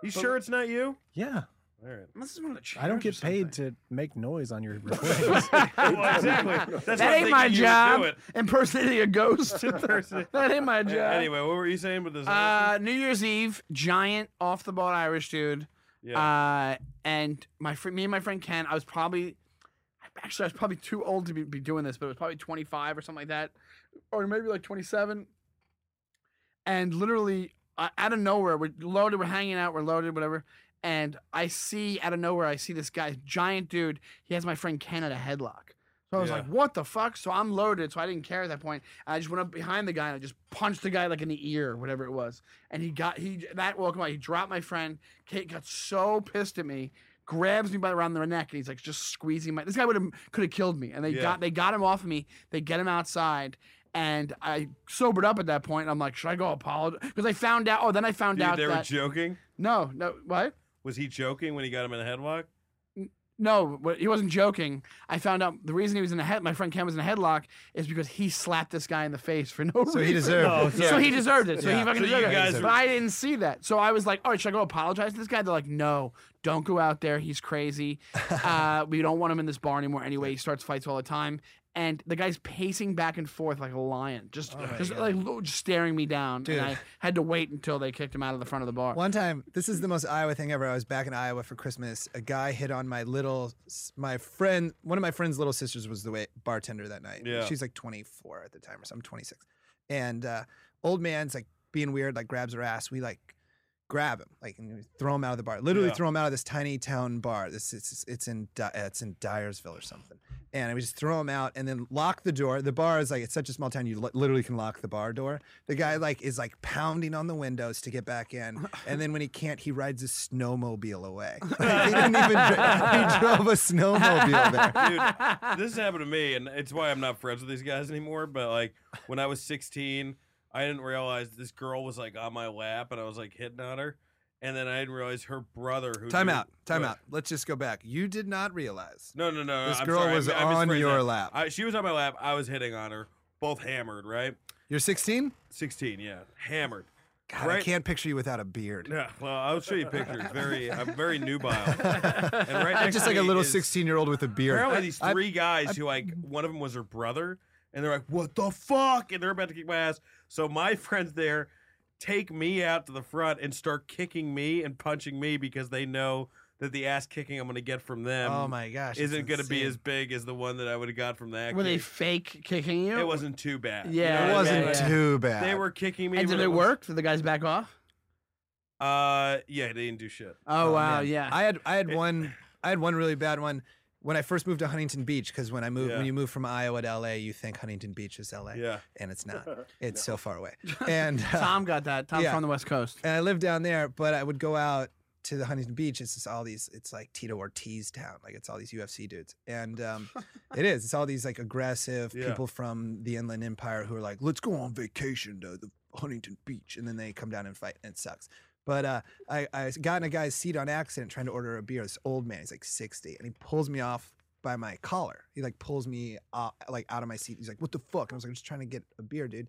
You sure it's not you? Yeah, All right. This is one of the I don't chairs get or paid something. to make noise on your recordings. well, exactly. That's what I'm That ain't thinking my you would do job. it. Impersonating a ghost. that ain't my job. Anyway, what were you saying with this? Uh, New Year's Eve, giant off the boat Irish dude. yeah. Uh, and my friend, me and my friend Ken, I was probably, actually, I was probably too old to be, be doing this, but it was probably 25 or something like that, or maybe like 27. And literally, uh, out of nowhere, we're loaded, we're hanging out, we're loaded, whatever. And I see out of nowhere, I see this guy, giant dude. He has my friend Ken at a headlock. So I was Yeah. like, what the fuck? So I'm loaded, so I didn't care at that point. And I just went up behind the guy and I just punched the guy like in the ear, or whatever it was. And he got he that woke him up. He dropped my friend. Kate got so pissed at me, grabs me by around the neck, and he's like just squeezing my. This guy would have could have killed me. And they Yeah. got they got him off of me. They get him outside, and I sobered up at that point. And I'm like, should I go apologize? Because I found out. Oh, then I found Dude, out they were that joking. no, no, what? Was he joking when he got him in a headlock? No, what- he wasn't joking. I found out the reason he was in a head. My friend Ken was in a headlock is because he slapped this guy in the face for no reason. so he deserved. No, it. sorry. So he deserved it. So Yeah. he fucking So you deserved guys it. were- But I didn't see that. So I was like, all right, should I go apologize to this guy? They're like, no, don't go out there. He's crazy. Uh, we don't want him in this bar anymore anyway. He starts fights all the time. And the guy's pacing back and forth like a lion, just just like lo- just staring me down. Dude. And I had to wait until they kicked him out of the front of the bar. One time, this is the most Iowa thing ever. I was back in Iowa for Christmas. A guy hit on my little, my friend, one of my friend's little sisters was the wait, bartender that night. Yeah. She's like 24 at the time or something, 26. And uh, old man's like being weird, like grabs her ass. We like grab him, like and we throw him out of the bar. Literally Yeah. throw him out of this tiny town bar. This it's it's in Di- uh, it's in Dyersville or something. And we just throw him out and then lock the door. The bar is like it's such a small town you li- literally can lock the bar door. The guy like is like pounding on the windows to get back in, and then when he can't, he rides a snowmobile away. Like, he didn't even dri- he drove a snowmobile there. Dude, this happened to me, and it's why I'm not friends with these guys anymore. But like when I was 16, I didn't realize this girl was like on my lap, and I was like hitting on her, and then I didn't realize her brother. Who Time knew- out. Time What? out. Let's just go back. You did not realize. No, no, no. no, This Uh, I'm girl sorry, I was mi- I on misphrased your that. lap. I, she was on my lap. I was hitting on her. Both hammered, right? You're 16? 16, yeah, hammered. God, I Right. can't picture you without a beard. Yeah. Well, I'll show you pictures. Very, I'm very nubile. And right I'm next just to like a me little is- 16 year old with a beard. Apparently, these three guys who like one of them was her brother, and they're like, "What the fuck?" and they're about to kick my ass. So my friends there take me out to the front and start kicking me and punching me because they know that the ass kicking I'm going to get from them oh my gosh. it's isn't going to be insane. as big as the one that I would have got from that. Were they kid. fake kicking you? it wasn't too bad. Yeah, what I It wasn't mean? yeah, yeah. too bad. They were kicking me. And but did it was- work? Did the guys back off? Uh, yeah, they didn't do shit. Oh, wow, man. yeah. Um, I had I had one I had one really bad one when I first moved to Huntington Beach because when I moved Yeah. when you move from Iowa to LA, you think Huntington Beach is LA, Yeah. and it's not. It's so far away. And uh, Tom got that. Tom's yeah. from the West Coast. and I lived down there, but I would go out to the Huntington Beach. It's just all these. It's like Tito Ortiz town. Like it's all these UFC dudes, and um, it is. It's all these like aggressive Yeah. people from the Inland Empire who are like, "Let's go on vacation to the Huntington Beach," and then they come down and fight, and it sucks. But uh, I, I got in a guy's seat on accident trying to order a beer. This old man, he's like 60, and he pulls me off by my collar. He like pulls me uh, like out of my seat. He's like, "What the fuck?" And I was like, "I'm just trying to get a beer, dude."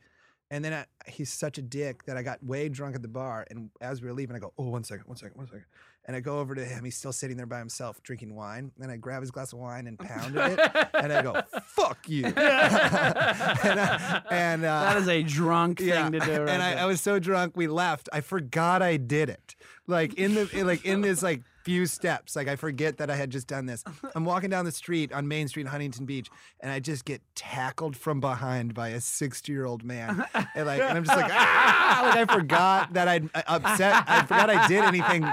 And then I, he's such a dick that I got way drunk at the bar. And as we were leaving, I go, "Oh, one second, one second, one second. And I go over to him. He's still sitting there by himself drinking wine. And I grab his glass of wine and pounded it. and I go, "Fuck you!" and I, and, uh, That is a drunk thing to do. Right and I, I was so drunk, we left. I forgot I did it. Like in the in- like in this like few steps, like I forget that I had just done this. I'm walking down the street on Main Street in Huntington Beach, and I just get tackled from behind by a 60 year old man, and like and I'm just like ah, like I forgot that I'd I upset. I forgot I did anything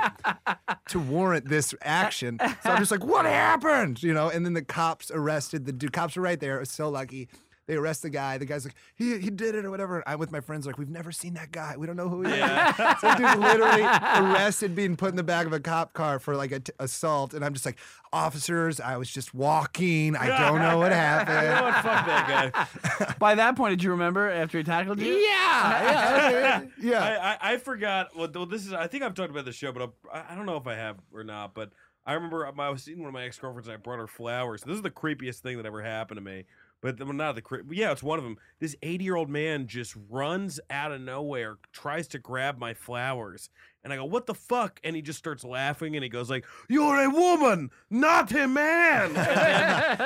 to warrant this action. So I'm just like, what happened? You know, and then the cops arrested the dude. Cops were right there. I was so lucky. They arrest the guy. The guy's like, he, he did it or whatever. I'm with my friends, like, we've never seen that guy. We don't know who he Yeah. is. So dude literally arrested, being put in the back of a cop car for like a t- assault. And I'm just like, officers, I was just walking. I You don't know what know what? happened. Fuck that guy. By that point, did you remember after he tackled you? yeah, yeah, okay, yeah. I, I, I forgot. Well, th- this is. I think I've talked about this show, but I'll, I I don't know if I have or not. But I remember I was seeing one of my ex girlfriends. and I brought her flowers. This is the creepiest thing that ever happened to me. But the, well, not the creep. Yeah, it's one of them. This eighty year old man just runs out of nowhere, tries to grab my flowers, and I go, "What the fuck?" And he just starts laughing, and he goes like, "You're a woman, not a man." And, then-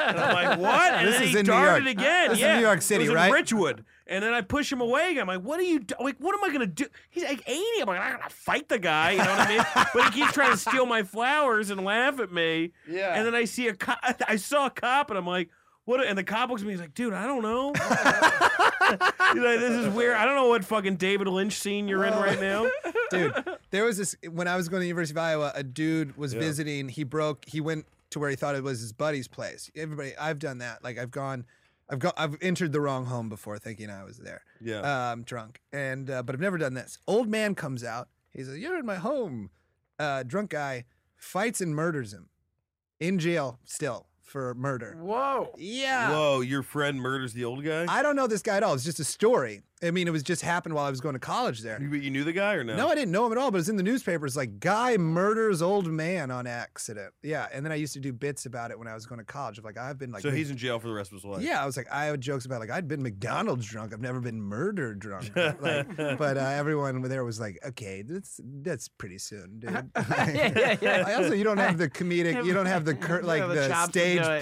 and I'm like, "What?" And This then is he in New darted York. again. This is yeah. New York It was City, in right? Ridgewood. And then I push him away. I'm like, what are you do- like? What am I gonna do? He's like 80. I'm like, I'm not gonna fight the guy. You know what I mean? but he keeps trying to steal my flowers and laugh at me. Yeah. And then I see a cop. I saw a cop, and I'm like, what? And the cop looks at me. He's like, dude, I don't know. He's like, this is weird. I don't know what fucking David Lynch scene you're in right now. dude there was this when i was going to the university of iowa a dude was visiting he broke he went to where he thought it was his buddy's place everybody i've done that like i've gone i've gone i've entered the wrong home before thinking i was there yeah um drunk and uh, but i've never done this old man comes out he says you're in my home uh, drunk guy fights and murders him in jail still for murder Whoa. yeah Whoa, your friend murders the old guy. i don't know this guy at all it's just a story i mean it was just happened while i was going to college there you, you knew the guy or no, I didn't know him at all, but it's in the newspapers like guy murders old man on accident. Yeah. And then I used to do bits about it when I was going to college of like I've been like Mc- in jail for the rest of his life. Yeah, I was like I had jokes about like I'd been McDonald's drunk. I've never been murder drunk. like, but uh, everyone there was like, "Okay, that's that's pretty soon, dude." Yeah, yeah, yeah. I also you don't have the comedic, you don't have the cur- like The the, chops to stage do it, yeah,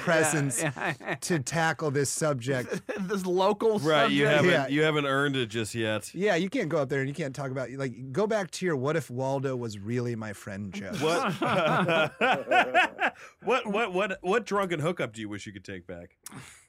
presence yeah. to tackle this subject. this local Right, you subject. haven't Yeah. you haven't earned it just yet. Yeah, you can't go up there and you can't talk about like go back to your what if Waldo was really my friend joke. What? what? What? What? What drunken hookup do you wish you could take back?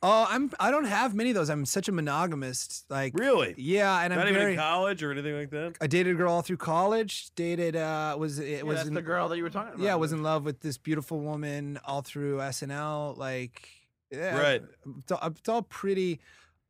Oh, I'm I don't have many of those. I'm such a monogamist. Like Really? Yeah, and Not I'm even very. in college or anything like that. I dated a girl all through college. Dated uh was it Yeah, was that's in, the girl that you were talking about. yeah was in love with this beautiful woman all through SNL. Like yeah, Right. It's all, it's all pretty.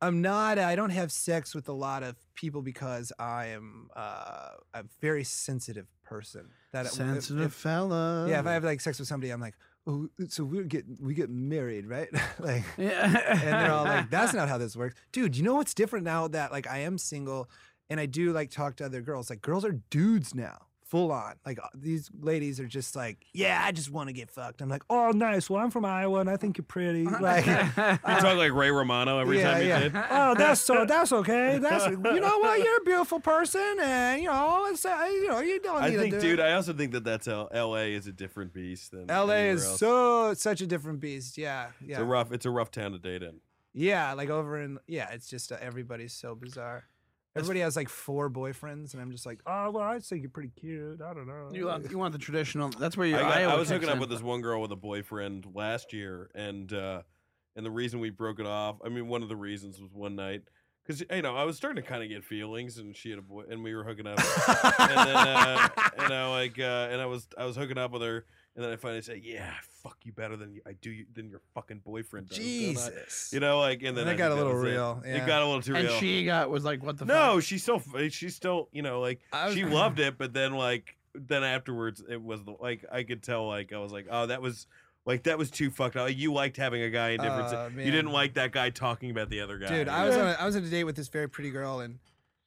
I'm not. I don't have sex with a lot of people because I am uh, a very sensitive person. That if- sensitive if- fella. yeah, if I have like sex with somebody, I'm like, oh, so we get we get married, right? like. Yeah. and they're all like, "That's not how this works, dude." You know what's different now that like I am single, and I do like talk to other girls. Like girls are dudes now, full on. Like uh, these ladies are just like, "Yeah, I just want to get fucked." I'm like, "Oh, nice. Well, I'm from Iowa, and I think you're pretty." Like, You talk like Ray Romano every yeah, time you yeah. did. Oh, that's so. That's okay. That's you know what? You're a beautiful person, and you know, it's, uh, you know, you don't I need think, to do dude. It. I also think that that's how L.A. is a different beast than L.A. anywhere is else. so such a different beast. Yeah, It's yeah, a rough. It's a rough town to date in. Yeah, like over in yeah, it's just uh, everybody's so bizarre. Everybody has like four boyfriends, and I'm just like, oh well, I think you're pretty cute. I don't know. you want, you want the traditional. That's where I, you. got- Iowa I was kicks hooking up in. with this one girl with a boyfriend last year, and uh, and the reason we broke it off, I mean, one of the reasons was one night because you know I was starting to kind of get feelings, and she had a boy, and we were hooking up, and then uh, and I like uh, and I was I was hooking up with her, and then I finally said, yeah, I fuck you better than you, I do you, than your fucking boyfriend. Does, don't I?" Jesus. you know, like and then And that I got think a little was it. real, It yeah. got a little too And real. she got was like, "What the No, fuck?" she's still eh, she's still you know like I was- she loved it, but then like then afterwards it was like I could tell like I was like oh that was like that was too fucked up. You liked having a guy in different. Uh, si- you didn't man. like that guy talking about the other guy. Dude, you I was know? on a, I was on a date with this very pretty girl, and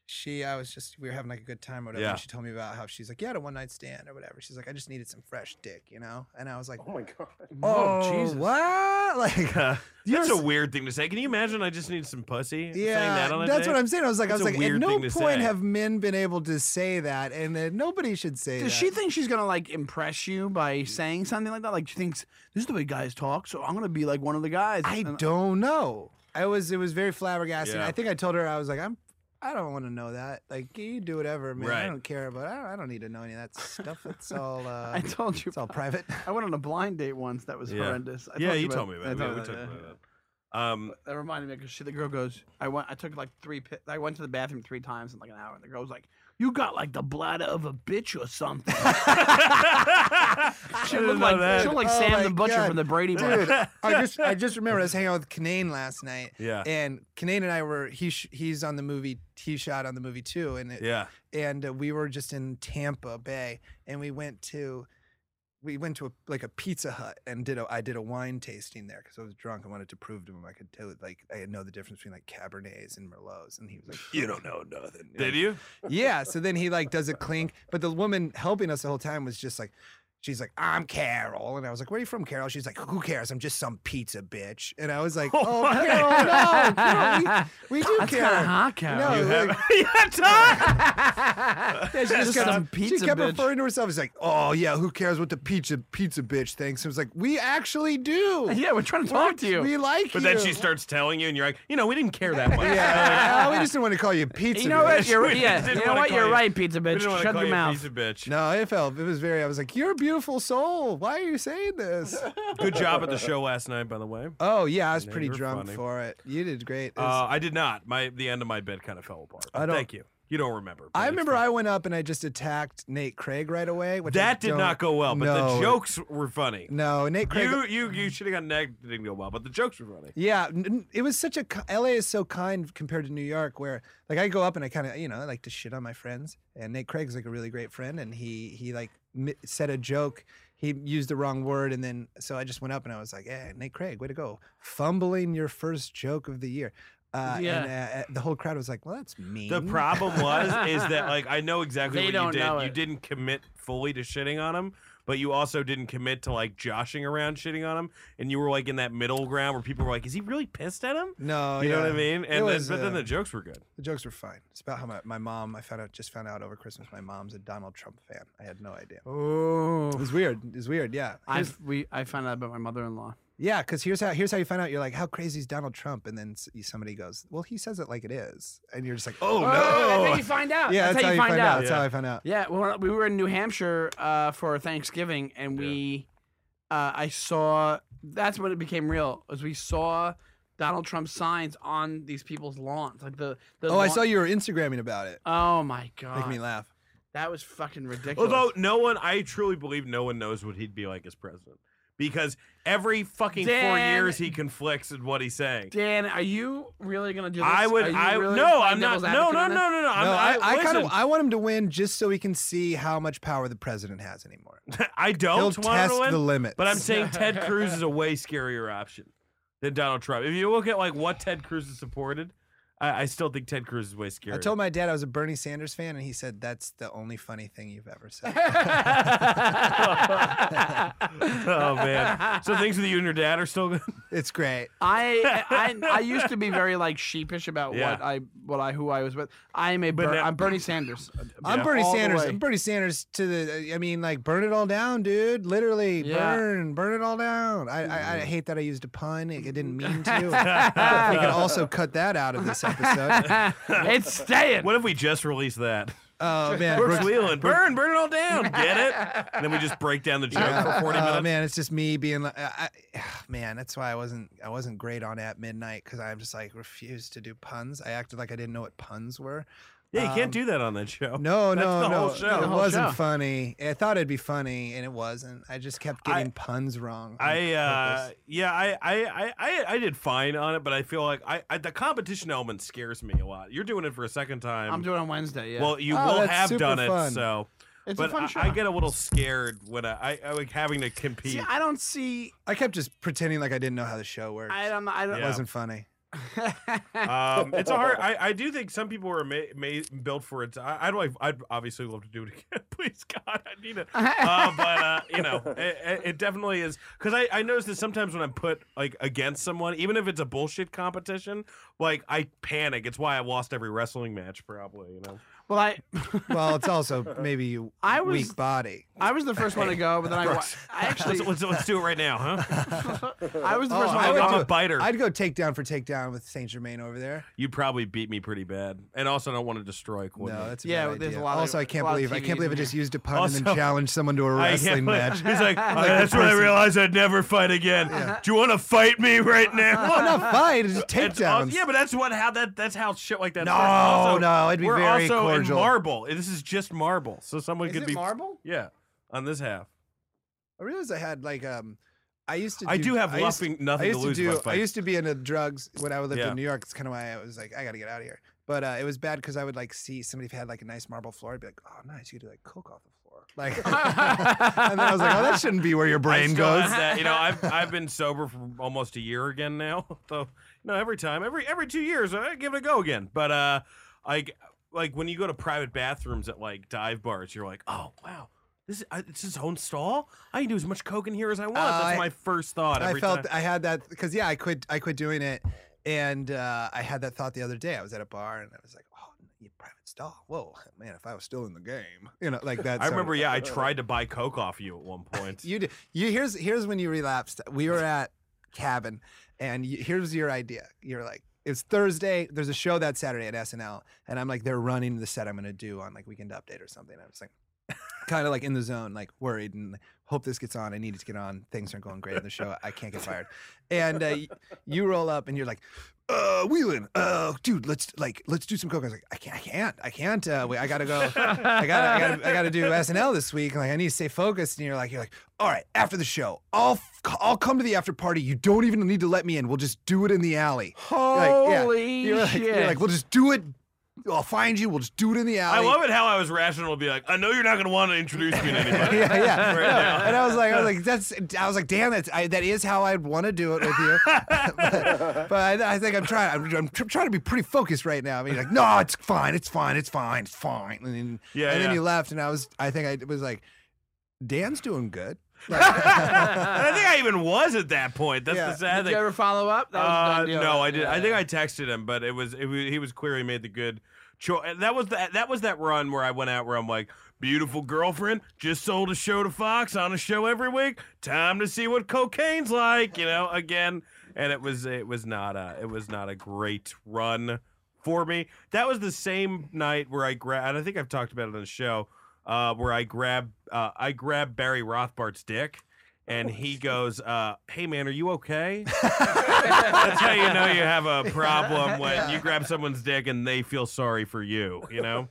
she, I was just we were having like a good time or whatever. Yeah. And she told me about how she's like, yeah, I had a one night stand or whatever. She's like, I just needed some fresh dick, you know. And I was like, Oh my god. Whoa, Jesus. what? Like. Oh, that's yours- a weird thing to say. Can you imagine? I just need some pussy. saying Yeah, that on a that's date? what I'm saying. I was like, That's a I was like, at weird no thing to point say. have men been able to say that, and uh, nobody should say Does that. she think she's gonna like impress you by saying something like that? Like she thinks this is the way guys talk, so I'm gonna be like one of the guys. I And- don't know. Um, I was it was very flabbergasted. Yeah. I think I told her I was like I'm I don't want to know that. Like you do whatever, man. Right. I don't care, but I don't, I don't need to know any of that stuff. It's all uh, I told you. it's all private. I went on a blind date once. That was Yeah. horrendous. I yeah, told you about- told me about. I it. Yeah, told we you talked that, about yeah. that. Um, That reminded me because she, the girl goes, I went, I took like three, pi- I went to the bathroom three times in like an hour. And the girl was like, you got like the bladder of a bitch or something. she didn't looked know like, that. she looked like Oh Sam my the Butcher God. from the Brady Bunch. Dude, I just I just remember I was hanging out with Kanane last night. Yeah. And Kanane and I were he sh- he's on the movie he shot on the movie too, and it, yeah. and uh, we were just in Tampa Bay, and we went to we went to a, like a Pizza Hut and did a I did a wine tasting there because I was drunk and wanted to prove to him I could tell it like I know the difference between like Cabernets and Merlots, and he was like, "You don't know nothing." And I Did you? yeah. So then he like does a clink, but the woman helping us the whole time was just like, she's like, I'm Carol, and I was like, Where are you from, Carol? She's like, Who cares? I'm just some pizza bitch, and I was like, Oh, Carol, no, no, we, we do That's care. kind of hot, Carol. No, You like, have. yeah, Todd! There's just kept- some pizza she kept bitch. referring to herself as like, "Oh yeah, who cares what the pizza pizza bitch thinks?" It was like, "We actually do. yeah, we're trying to talk to you. We like But you." then she starts telling you, and you're like, you know, we didn't care that much. yeah, "Oh, we just didn't want to call you pizza. you know what? bitch. You're, We yeah, didn't you know wanna what? call You're you- right, pizza We bitch. didn't want to Shut call your you a mouth. piece of bitch. No, it felt it was very. I was like, "You're a beautiful soul. Why are you saying this?" Good job at the show last night, by the way. Oh yeah, I was Yeah, pretty you're drunk funny. for it. You did great. It was- Uh, I did not. My the end of my bit kind of fell apart. I don't- Thank you. You don't remember. but I it's remember fine. I went up and I just attacked Nate Craig right away. Which I that did don't- not go well, but the No. jokes were funny. No, Nate Craig. You you you should have gotten nagged. It didn't go well, but the jokes were funny. Yeah, n- n- it was such a ki- LA is so kind compared to New York, where like I go up and I kind of you know I like to shit on my friends, and Nate Craig's like a really great friend, and he he like mi- said a joke, he used the wrong word, and then so I just went up and I was like, hey Nate Craig, way to go, fumbling your first joke of the year, uh, Yeah. and uh, uh, the whole crowd was like, well that's mean. The problem was is that like I know exactly They what don't you know did. You it. didn't commit fully to shitting on him, but you also didn't commit to like joshing around shitting on him, and you were like in that middle ground where people were like, "Is he really pissed at him?" No, you know what I Oh, yeah. mean? It And then, was, but then uh, the jokes were good. The jokes were fine. It's about how my, my mom, I found out, just found out over Christmas, my mom's a Donald Trump fan. I had no idea. It Oh. was weird. It was weird. Yeah. I, Here's- we, I found out about my mother-in-law. yeah. Cause here's how, here's how you find out. You're like, how crazy is Donald Trump? And then s- you- somebody goes, well, he says it like it is. And you're just like, oh, That's no. how you find out. Yeah. that's, how you find, out. That's Yeah. how I found out. Yeah, well, we were in New Hampshire uh, for Thanksgiving, and Yeah. we, uh, I saw. That's when it became real. Was we saw Donald Trump signs on these people's lawns, like the. the Oh, I lawn- saw you were Instagramming about it. Oh my Make god, me laugh. that was fucking ridiculous. Although no one, I truly believe no one knows what he'd be like as president because every fucking four Dan- years he conflicts in what he's saying. Dan, are you really gonna do this? I would. Are you I really no. playing I'm not. devil's No. No. advocate No. No. on this? No. I'm no, not, I, I kind of, listen, I want him to win just so we can see how much power the president has anymore. I He'll don't want him test Oh, to win. the limits. But I'm saying Ted Cruz is a way scarier option than Donald Trump. If you look at like what Ted Cruz has supported, I, I still think Ted Cruz is way scarier. I told my dad I was a Bernie Sanders fan, and he said, "That's the only funny thing you've ever said." oh man. So things with you and your dad are still good. it's great. I, I I used to be very like sheepish about Yeah. what I what I who I was with. I'm a But Ber- now- I'm Bernie Sanders. I'm Bernie All the Sanders. way. I'm Bernie Sanders to the. I mean, like, burn it all down, dude. Literally, Yeah. burn, burn it all down. I, I, I hate that I used a pun. It, it didn't mean to. we can also cut that out of this episode. it's staying. What if we just release that? Oh man, Brooks Brooks- Wheelan, burn, burn it all down. Get it? And then we just break down the joke for 40 oh minutes. man, it's just me being like, I, I, man, that's why I wasn't, I wasn't great on at midnight because I'm just like refused to do puns. I acted like I didn't know what puns were. Yeah, you can't do that on that show. um, No, That's no, the no. whole show. The It whole wasn't show. funny. I thought it'd be funny, and it wasn't. I just kept I- getting puns wrong. on I uh, purpose. yeah, I, I I I I did fine on it, but I feel like I, I the competition element scares me a lot. You're doing it for a second time. I'm doing it on Wednesday. Yeah. Uh, Well, you Oh, will that's have super done it, fun. so. It's but a fun I, show. I get a little scared when I, I, I like having to compete. See, I don't see. I kept just pretending like I didn't know how the show worked. I don't. I don't. It Yeah. wasn't funny. um, it's a hard. I, I do think some people are ma- made built for it. I, I'd like. I'd obviously love to do it again. Please God, I need it. Uh, but uh, you know, it, it- it definitely is because I I notice that sometimes when I'm put like against someone, even if it's a bullshit competition, like I panic. It's why I lost every wrestling match, probably. You know. Well, I Well, it's also maybe you I was- weak body. I was the first one to go, but then I, wa- I actually Let's, let's, let's do it right now, huh? I was the Oh, first one I to would I'm go. do a it. biter. I'd go takedown for takedown with Saint Germain over there. You'd probably beat me pretty bad, and also I don't want to destroy equipment. No, that's a Yeah, bad there's a idea. lot of- also, I a can't lot of believe I TVs can't believe I in just used a pun and then Also- challenged someone to a I wrestling can't believe- match. He's like, "Oh, that's when I realized I'd never fight again. Do you want to fight me right now? Oh, not fight, it's just It's aw- takedowns. yeah, but that's what how that that's how shit like that. No, starts. Also, no, it'd be we're very also cordial. In marble. This is just marble, so someone Is could it be marble? Yeah, on this half. I realized I had like um, I used to. Do, I do have used- nothing, nothing I used to lose. do. by I fight. used to be into drugs when I lived Yeah. in New York. It's kind of why I was like, I gotta get out of here. But uh, it was bad because I would like see somebody who had like a nice marble floor. I'd be like, oh, nice, you could do like coke off the floor. Like, and then I was like, oh, that shouldn't be where your I brain still have goes. that. You know, I've I've been sober for almost a year again now. So you know, every time, every every two years, I give it a go again. But uh, like like when you go to private bathrooms at like dive bars, you're like, oh wow. This is, I- it's his own stall. I can do as much coke in here as I want. Uh, That's I- my first thought. I Every felt time. I had that because yeah, I quit. I quit doing it, and uh, I had that thought the other day. I was at a bar and I was like, oh, you private stall. Whoa, man, if I was still in the game, you know, like that. I sort of- remember, yeah, I tried to buy coke off you at one point. You did. You here's here's when you relapsed. We were at cabin, and you, here's your idea. You're like, it's Thursday. There's a show that Saturday at SNL, and I'm like, they're running the set I'm gonna do on like Weekend Update or something. I'm just like, kind of like in the zone, like worried and hope this gets on. I need it to get on. Things aren't going great on the show. I can't get fired. And uh, y- you roll up, and you're like. Uh, Wheelan, uh, dude, let's like let's do some coke. I was like, I can't, I can't, I can't. Uh, wait, I gotta go. I gotta, I gotta, I gotta do SNL this week. Like, I need to stay focused. And you're like, you're like, all right, after the show, I'll, f- I'll come to the after party. You don't even need to let me in. We'll just do it in the alley. You're like, yeah. Holy You're like, shit! You're like, we'll just do it. I'll find you. We'll just do it in the I alley. love it how I was rational to be like, I know you're not going to want to introduce me to anybody. yeah, yeah. Right No, now. And I was like, I was like, that's, I was like, damn, that's, I, that is how I'd want to do it with you. but I, I think I'm trying, I'm, I'm tr- trying to be pretty focused right now. I mean, like, no, it's fine, it's fine, it's fine, it's fine. And then, Yeah, and then yeah. he left, and I was, I think I was like, Dan's doing good. And I think I even was at that point. That's Yeah. the sad Did thing. you ever follow up? That was a done Uh, deal. no, I did. Yeah, I think yeah. I texted him, but it was, it was he was clear. He made the good choice. That was that. That was that run where I went out where I'm like, beautiful girlfriend, just sold a show to Fox on a show every week. Time to see what cocaine's like, you know. Again, and it was it was not a it was not a great run for me. That was the same night where I grabbed. And I think I've talked about it on the show. Uh, where I grab uh, I grab Barry Rothbart's dick. And he goes, uh, "Hey man, are you okay?" That's how you know you have a problem when you grab someone's dick and they feel sorry for you. You know,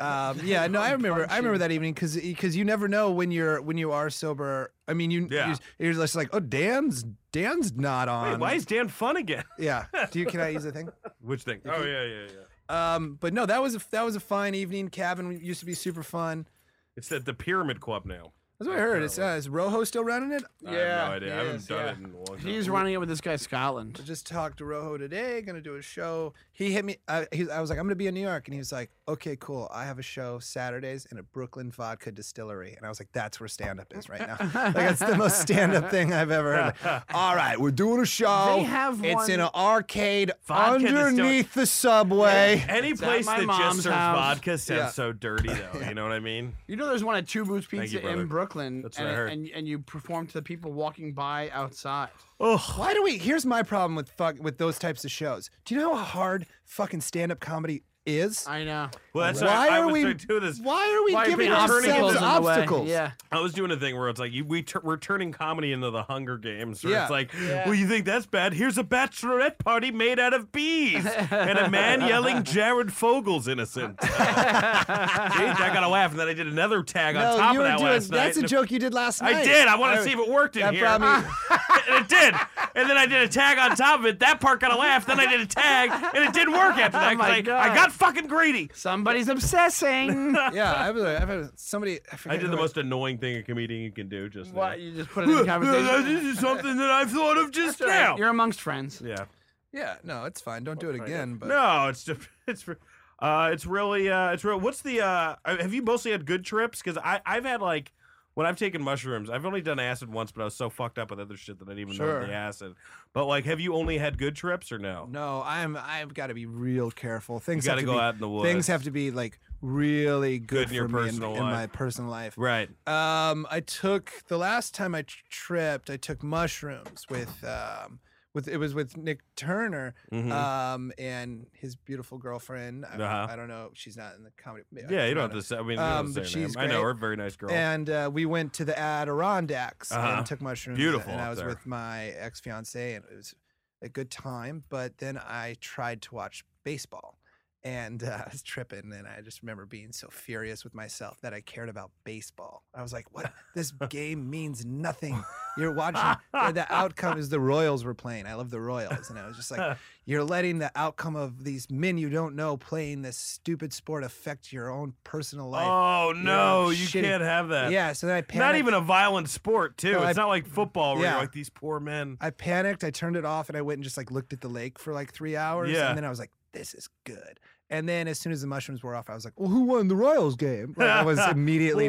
Um, yeah, no, I remember. I Punchy. remember that evening because you never know when you're when you are sober. I mean, you Yeah. you're, you're just like, oh, Dan's Dan's not on. Wait, why is Dan fun again? yeah? Do you can I use the thing? Which thing? Oh yeah, yeah, yeah. Um, but no, that was a, that was a fine evening. Cabin used to be super fun. It's at the Pyramid Club now. That's what I heard. It's, uh, is Rojo still running it? I have no Yeah, idea. he I haven't is, done yeah. it in a long time. He's running it with this guy Scotland. I just talked to Rojo today. Gonna do a show. He hit me. I, he, I was like, I'm gonna be in New York, and he was like, Okay, cool. I have a show Saturdays in a Brooklyn vodka distillery, and I was like, That's where stand up is right now. like that's the most stand up thing I've ever heard. Like, All right, we're doing a show. They have it's in one- an arcade Vodka distillery. underneath the subway. Any at place my that just mom's serves house. vodka sounds Yeah. so dirty, though. You know what I mean? You know, there's one at Two Boots you, Pizza brother. in Brooklyn, That's what and, I heard. and and you perform to the people walking by outside. Ugh. Why do we? Here's my problem with fuck with those types of shows. Do you know how hard fucking stand up comedy is? I know. Well, that's why I, I are was we? doing this. Why are we Why are giving people turning ourselves those in the way? obstacles? Yeah. I was doing a thing where it's like you, we tur we're turning comedy into the Hunger Games. Where Yeah. it's like, well, you think that's bad? Here's a bachelorette party made out of bees and a man yelling Jared Fogel's innocent. Uh, Jeez, I got a laugh, and then I did another tag on No, top you of were that doing. last That's night. a joke you did last I night. did. I wanted to see if it worked in That here. brought me- and it did. And then I did a tag on top of it. That part got a laugh. Then I did a tag, and it did work after that. Oh 'cause my I, God. I got fucking greedy. Somebody's obsessing. yeah, I was. I was somebody. I, I forget did who the it- most annoying thing a comedian can do just what? now. You just put it in This conversation. is something that I've thought of just now. You're amongst friends. Yeah. Yeah, no, it's fine. Don't do it again. But No, it's just it's re- uh it's really uh it's real. What's the uh have you mostly had good trips? Because I I've had like when I've taken mushrooms, I've only done acid once, but I was so fucked up with other shit that I didn't even know Sure. the acid. But like, have you only had good trips or no? no, I'm. I've got to be real careful. Things gotta have to go be- out in the woods. Things have to be like really Good good, in your for me personal in, life. in my personal life. Right. Um, I took the last time I tr- tripped. I took mushrooms with um with it was with Nick Turner Mhm. um, and his beautiful girlfriend. I, Uh-huh. I don't know. She's not in the comedy. yeah, you Ramona. don't have to say. I mean, you don't Um, have to but say her name. she's I know great. her, very nice girl. And uh, we went to the Adirondacks Uh-huh. and took mushrooms. Beautiful And up I was there. with my ex fiance, and it was a good time. But then I tried to watch baseball, and uh, I was tripping. And I just remember being so furious with myself that I cared about baseball. I was like, "What? This game means nothing. You're watching. or the outcome is the Royals were playing. I love the Royals, and I was just like, you're letting the outcome of these men you don't know playing this stupid sport affect your own personal life." oh no, you shitty- can't have that. Yeah, so then I panicked. Oh, Not even a violent sport, too. So it's I- not like football where Yeah. you're like these poor men. I panicked. I turned it off and I went and just like looked at the lake for like three hours. Yeah. And then I was like, this is good. And then as soon as the mushrooms wore off, I was like, well, who won the Royals game? Like, I was immediately.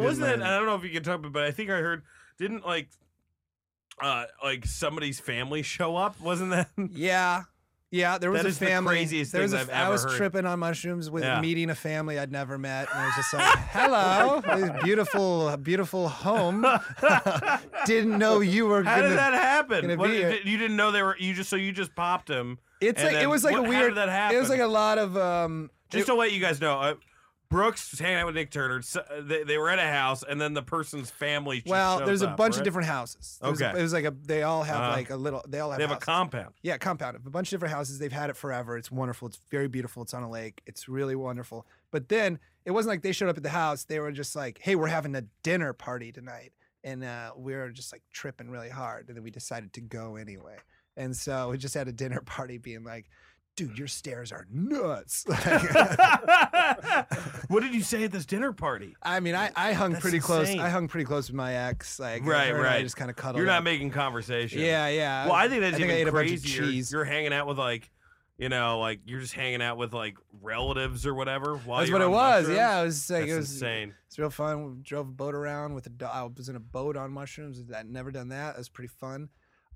Well, just wasn't it? like- I don't know if you can talk about, but I think I heard didn't like, uh, like somebody's family show up. Wasn't that? yeah. Yeah, there was That a is the family. craziest there was thing a- I've I ever was heard. tripping on mushrooms with Yeah. meeting a family I'd never met, and I was just like, "Hello, this beautiful, beautiful home." Didn't know you were. How gonna... did that happen? gonna What, be you a- did- you didn't know they were. You just so you just popped him. It's and like it then was like what- a how did weird. that It was like happen? a lot of um. Just it- to let you guys know, uh, Brooks hanging out with Nick Turner. So, uh, they, they were at a house, and then the person's family. Just well, shows there's a up, bunch right? of different houses. There was a- Okay. it was like a. They all have Uh-huh. like a little. They all have. They have a houses. compound. Yeah, compound of a bunch of different houses. They've had it forever. It's wonderful. It's very beautiful. It's on a lake. It's really wonderful. But then it wasn't like they showed up at the house. They were just like, hey, we're having a dinner party tonight. And uh, we were just like tripping really hard. And then we decided to go anyway. And so we just had a dinner party being like, dude, your stairs are nuts. Like, what did you say at this dinner party? I mean, I, I hung That's pretty close. insane. I hung pretty close with my ex. Like, Right, her and I right. just kind of cuddled. You're not up. making conversation. Yeah, yeah. Well, I think that's I think I even ate a bunch of crazier. cheese. You're hanging out with like, you know, like you're just hanging out with like relatives or whatever. While that's you're what it on was. mushrooms. Yeah, it was like That's it was insane. It's real fun. We drove a boat around with a dog. I was in a boat on mushrooms. I'd never done that. It was pretty fun.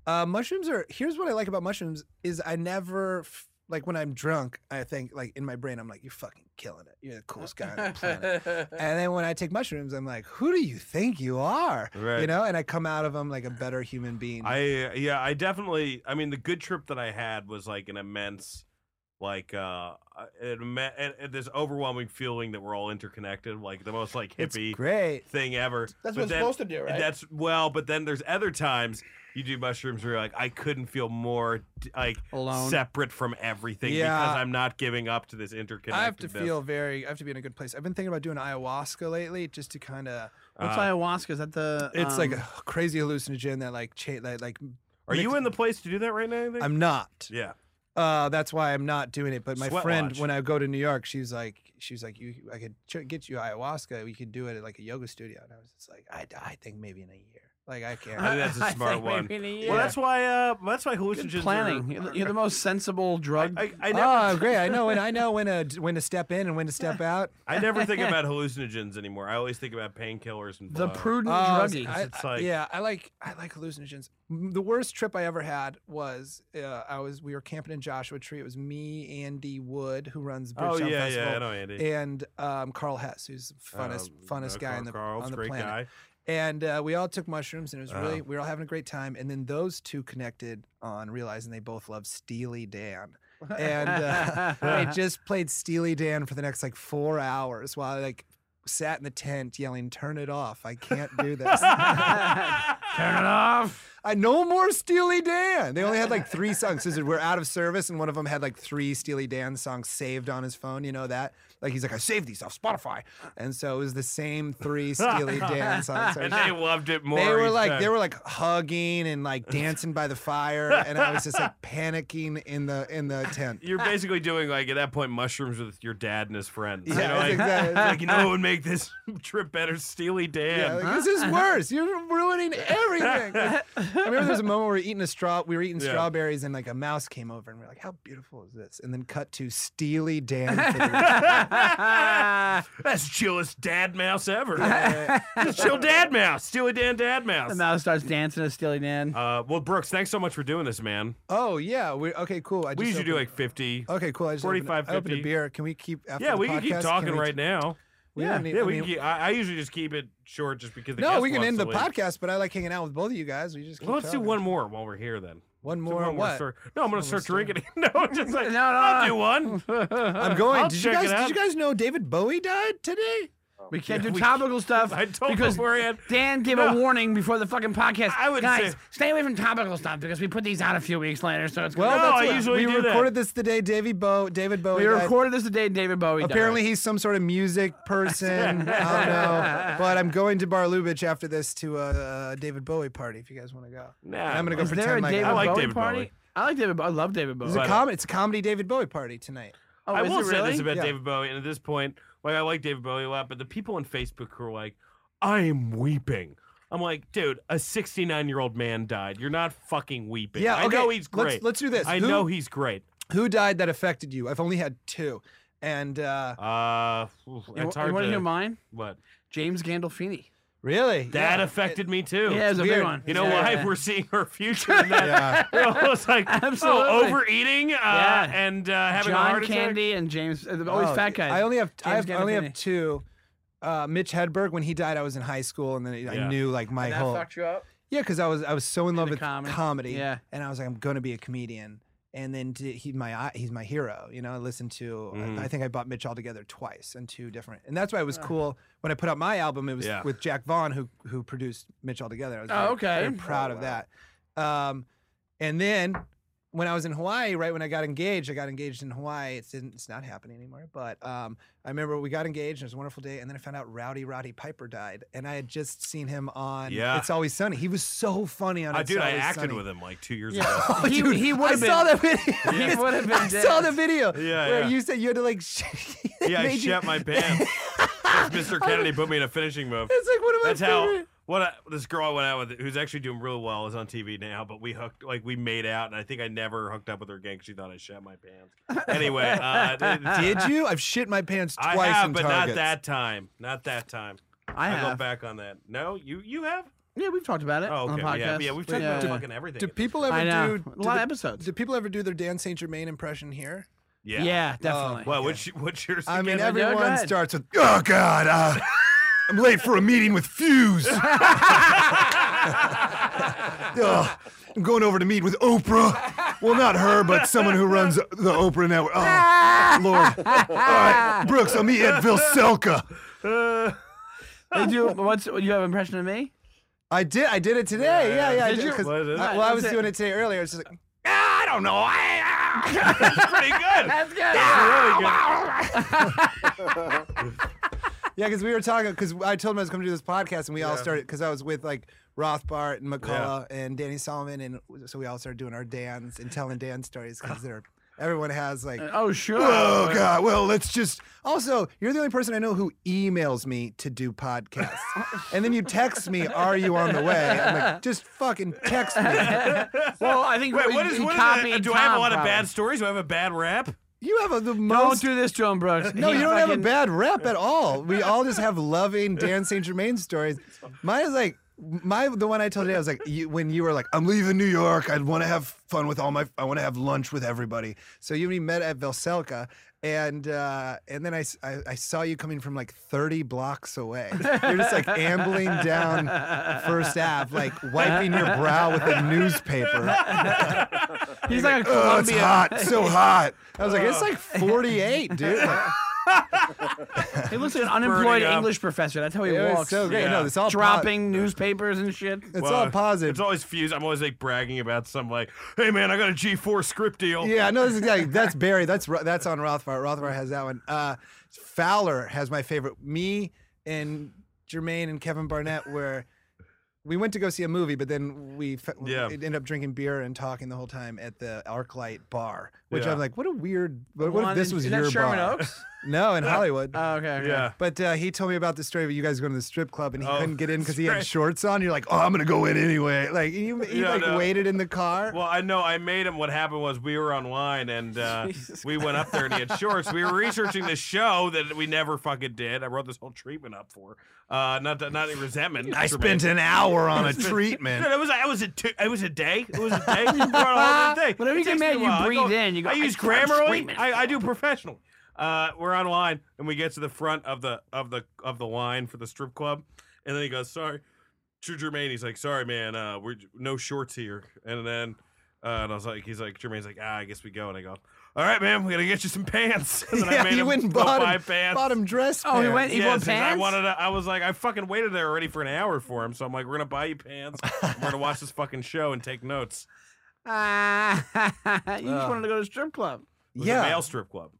Uh, mushrooms are. Here's what I like about mushrooms is I never f- like when I'm drunk. I think like in my brain I'm like you're fucking killing it. You're the coolest guy on the planet. And then when I take mushrooms, I'm like, who do you think you are? Right. You know, and I come out of them like a better human being. I yeah, I definitely. I mean, the good trip that I had was like an immense, like uh, it, me- it, it- this overwhelming feeling that we're all interconnected, like the most like it's hippie great. thing ever. But That's what it's then- supposed to do, right? That's well, but then there's other times you do mushrooms where you're like, I couldn't feel more d- like Alone. separate from everything Yeah. because I'm not giving up to this interconnectedness. I have to feel very. I have to be in a good place. I've been thinking about doing ayahuasca lately, just to kind of. What's Uh, ayahuasca? Is that the? It's like um, a crazy hallucinogen that like cha- like, like Are you mix- in the place to do that right now? you think? I'm not. yeah. Uh, that's why I'm not doing it. But my Sweat friend, lodge. when I go to New York, she's like, she's like, you, I could ch- get you ayahuasca. We could do it at like a yoga studio. And I was just like, I, I think maybe in a year. Like I can't. I think that's a I smart think one. maybe in a Well, year. that's why. Uh, that's why Good hallucinogens are- planning. You're the, you're the most sensible drug. I, I never, oh, great! I know when I know when to when to step in and when to step out. I never think about hallucinogens anymore. I always think about painkillers and the blow. prudent Oh, druggie. I- It's I- like- yeah, I like I like hallucinogens. M- The worst trip I ever had was uh, I was we were camping in Joshua Tree. It was me, Andy Wood, who runs Bridgetown Oh yeah, Festival, yeah. I know Andy. and um, Carl Hess, who's the funnest Um, funnest no, guy Carl- on the Carl's on the great planet. guy. And uh, we all took mushrooms, and it was Uh-huh. really we were all having a great time. And then those two connected on realizing they both love Steely Dan, and uh, they Uh-huh. just played Steely Dan for the next like four hours while I like sat in the tent yelling, "Turn it off! I can't do this! Turn it off. I no more Steely Dan!" They only had like three songs. So we're out of service, and one of them had like three Steely Dan songs saved on his phone. You know that? Like he's like, "I saved these off Spotify," and so it was the same three Steely Dan songs. So it and was they loved it more. they were each like time. they were like hugging and like dancing by the fire, and I was just like panicking in the in the tent. You're basically doing like at that point mushrooms with your dad and his friends. you Yeah, know, that's like, exactly- like you know, what would make this trip better, Steely Yeah, Dan. like, this is worse. You're ruining everything. I remember there was a moment where we were eating a straw, we were eating Yeah. strawberries, and like a mouse came over, and we are like, "How beautiful is this?" And then cut to Steely Dan. for the- That's chillest dad mouse ever. Just chill dad mouse, Steely Dan dad the mouse. mouse starts dancing to Steely Dan. Uh, well, Brooks, thanks so much for doing this, man. oh yeah, we okay, cool. I just We usually do opened- like 50. Okay, cool. I just opened- 45, I opened a 50. beer. Can we keep? After yeah, the we can keep podcast, talking we right now. We Yeah. don't need, Yeah, I we mean, can keep, I, I usually just keep it short just because the no, guest we can wants end to the leave. podcast, but I like hanging out with both of you guys. We just keep Well, let's do talking. one more while we're here then. One Do more. one more what? story. No, I'm gonna start drinking. no, just like No, no, I'll no. do one. I'm going. I'll did you check it guys? out. Did you guys know David Bowie died today? We can't Yeah, do we topical stuff. I told because beforehand. Dan gave a No. warning before the fucking podcast. I would Guys, say- stay away from topical stuff because we put these out a few weeks later, so it's no, Well, gonna- that's I what- usually we do that. recorded this today. David Bowie. David Bowie. we died. recorded this the day David Bowie. died. Apparently he's some sort of music person. I don't know. But I'm going to Bar Lubitsch after this to a uh, David Bowie party if you guys want to go. Nah, And I'm gonna go is there a pretend like David I like Bowie David party? Bowie. I like David. Bowie. I love David Bowie. uh, It's a, com- it's a comedy David Bowie party tonight. oh, I is will it say really? this about Yeah. David Bowie, and at this point, like I like David Bowie a lot, but the people on Facebook who are like, "I am weeping." I'm like, dude, a 69 year old man died. You're not fucking weeping. Yeah, I okay, know he's let's- great. let's do this. I Who- know he's great. Who died that affected you? I've only had two. And uh, Uh, oof, You, it's hard want to to hear mine? what James Gandolfini. really? that Yeah. affected me too. Yeah, it was a big weird. one. You know Yeah. why? We're seeing her future in that. Yeah. it's like Absolutely. oh, overeating uh, Yeah. and uh, having a John heart attack. Candy and James, uh, the- always Oh, fat guy. I only have I James have, I only have Gandolfini. two. Uh, Mitch Hedberg, when he died, I was in high school, and then Yeah. I knew like my that whole fucked you up. Yeah, because I was I was so in love the with comedy. comedy. Yeah. and I was like, I'm gonna be a comedian. And then t- he my i- he's my hero. You know, I listened to. I- Mhm. I, think I bought Mitch altogether twice and two different. And that's why it was cool when I put out my album. It was Ah. Yeah. with Jack Vaughn who who produced Mitch altogether. I was Oh, very- okay. very proud of that. Um, and then when I was in Hawaii, right when I got engaged, I got engaged in Hawaii. It's didn't it's not happening anymore. But um, I remember we got engaged. and It was a wonderful day. And then I found out Rowdy Roddy Piper died, and I had just seen him on Yeah. It's Always Sunny. He was so funny on I It's Uh, dude, I Always acted Sunny. with him like two years Yeah. ago. Oh, He- dude, he would've I been- saw that video. He would've been I saw dead. the video Yeah, where yeah. you said you had to like. they Yeah, I made you- shat my pants. 'Cause Mr. Kennedy put me in a finishing move. It's like one of my That's favorite. how what I, this girl I went out with, who's actually doing real well, is on TV now. But we hooked, like we made out, and I think I never hooked up with her again 'cause she thought I shat my pants. Anyway, uh, th- Did you? I've shit my pants I twice have, in but not Targets. that time. Not that time. I go have. back on that. No, you you have. Yeah, we've talked about it Oh, on okay. the podcast. Yeah, yeah, we've talked about fucking everything. Do people ever I know. do a lot of do, episodes. the, do people ever do their Dan Saint Germain impression here? yeah. definitely. Oh, Well, what's what's yours? I mean, again? every- go everyone ahead. starts with, "Oh God, uh, I'm late for a meeting with Fuse. Ugh, I'm going over to meet with Oprah. Well, not her, but someone who runs the Oprah network. Oh, Lord. All Ah! right, Brooks, I'll meet you at Vilselka. They do- what's you have an impression of me? I did. I did it today. Yeah, yeah. I Did did, you? 'cause Was it? I- well, I was Was it- doing it today earlier. It's just like, I don't know. I, that's pretty good. That's good. yeah, because we were talking. Because I told him I was going to do this podcast, and we all started. Because I was with like Rothbart and McCullough and Danny Solomon, and so we all started doing our Dan's and telling Dan stories because they're everyone has like. Oh sure. Oh God! Well, let's just. Also, you're the only person I know who emails me to do podcasts, and then you text me, "Are you on the way?" I'm like, just fucking text me. Well, I think Wait, we- what is he what is that? copied Do I have a Tom, lot of probably. bad stories? Do I have a bad rap? You have a, the Don't most. do this, Joan Brooks. no, He you don't have a fucking- bad rep at all. We all just have loving Dan St. Germain stories. Mine is like my the one I told you. I was like, you, when you were like, "I'm leaving New York. I want to have fun with all my. I want to have lunch with everybody." So you and me met at Velselka. And uh, and then I, s- I- I saw you coming from like 30 blocks away. You're just like ambling down First Ave, like wiping your brow with a newspaper. He's like a Oh, it's Columbia. hot, so hot. I was like, it's like 48, dude. Like, He looks like an unemployed burning up. English professor. That's how he It was walks. so great. Yeah. No, it's all po- dropping newspapers and shit. it's Well, all positive. It's always fused. I'm always like bragging about some like, hey man, I got a G4 script deal. yeah, no, that's exactly. That's Barry. That's Ro- that's on Rothbard. Rothbard has that one. Uh, Fowler has my favorite. Me and Jermaine and Kevin Barnett were. We went to go see a movie, but then we fe- Yeah. we ended up drinking beer and talking the whole time at the ArcLight bar, which Yeah. I'm like, what a weird. What, One what if this in- was is your that Sherman bar? Oaks? No, in Hollywood. Oh, okay, okay. Yeah. But uh, he told me about the story of you guys going to the strip club and he Oh, couldn't get in because he right. had shorts on. You're like, oh, I'm gonna go in anyway. Like you, he Yeah, like no. waited in the car. Well, I know I made him. What happened was we were online and uh, we went up there and he had shorts. We were researching this show that we never fucking did. I wrote this whole treatment up for. Uh, not that, not any resentment. I spent an hour on a treatment. No, it was it was a two, it was a day. It was a day. You brought all day. Whenever It you get takes me mad, a you while. I breathe in, you go, I "I use just wanna Grammarly. scream at I, I do professionally. Uh, we're on line and we get to the front of the of the of the line for the strip club, and then he goes, "Sorry, True Germain." He's like, "Sorry, man. Uh, we're no shorts here." And then Uh, and I was like, he's like, Jermaine's like, ah, I guess we go. And I go, all right, man, we gotta get you some pants. And then I yeah, made he him went and go bought buy him, pants. bought him dress Oh, he pants. went- he Yeah, bought since I pants? wanted. To, I was like, I fucking waited there already for an hour for him. So I'm like, we're gonna buy you pants. and we're gonna watch this fucking show and take notes. Ah, you just Oh. wanted to go to strip club. It was a Yeah. male strip club.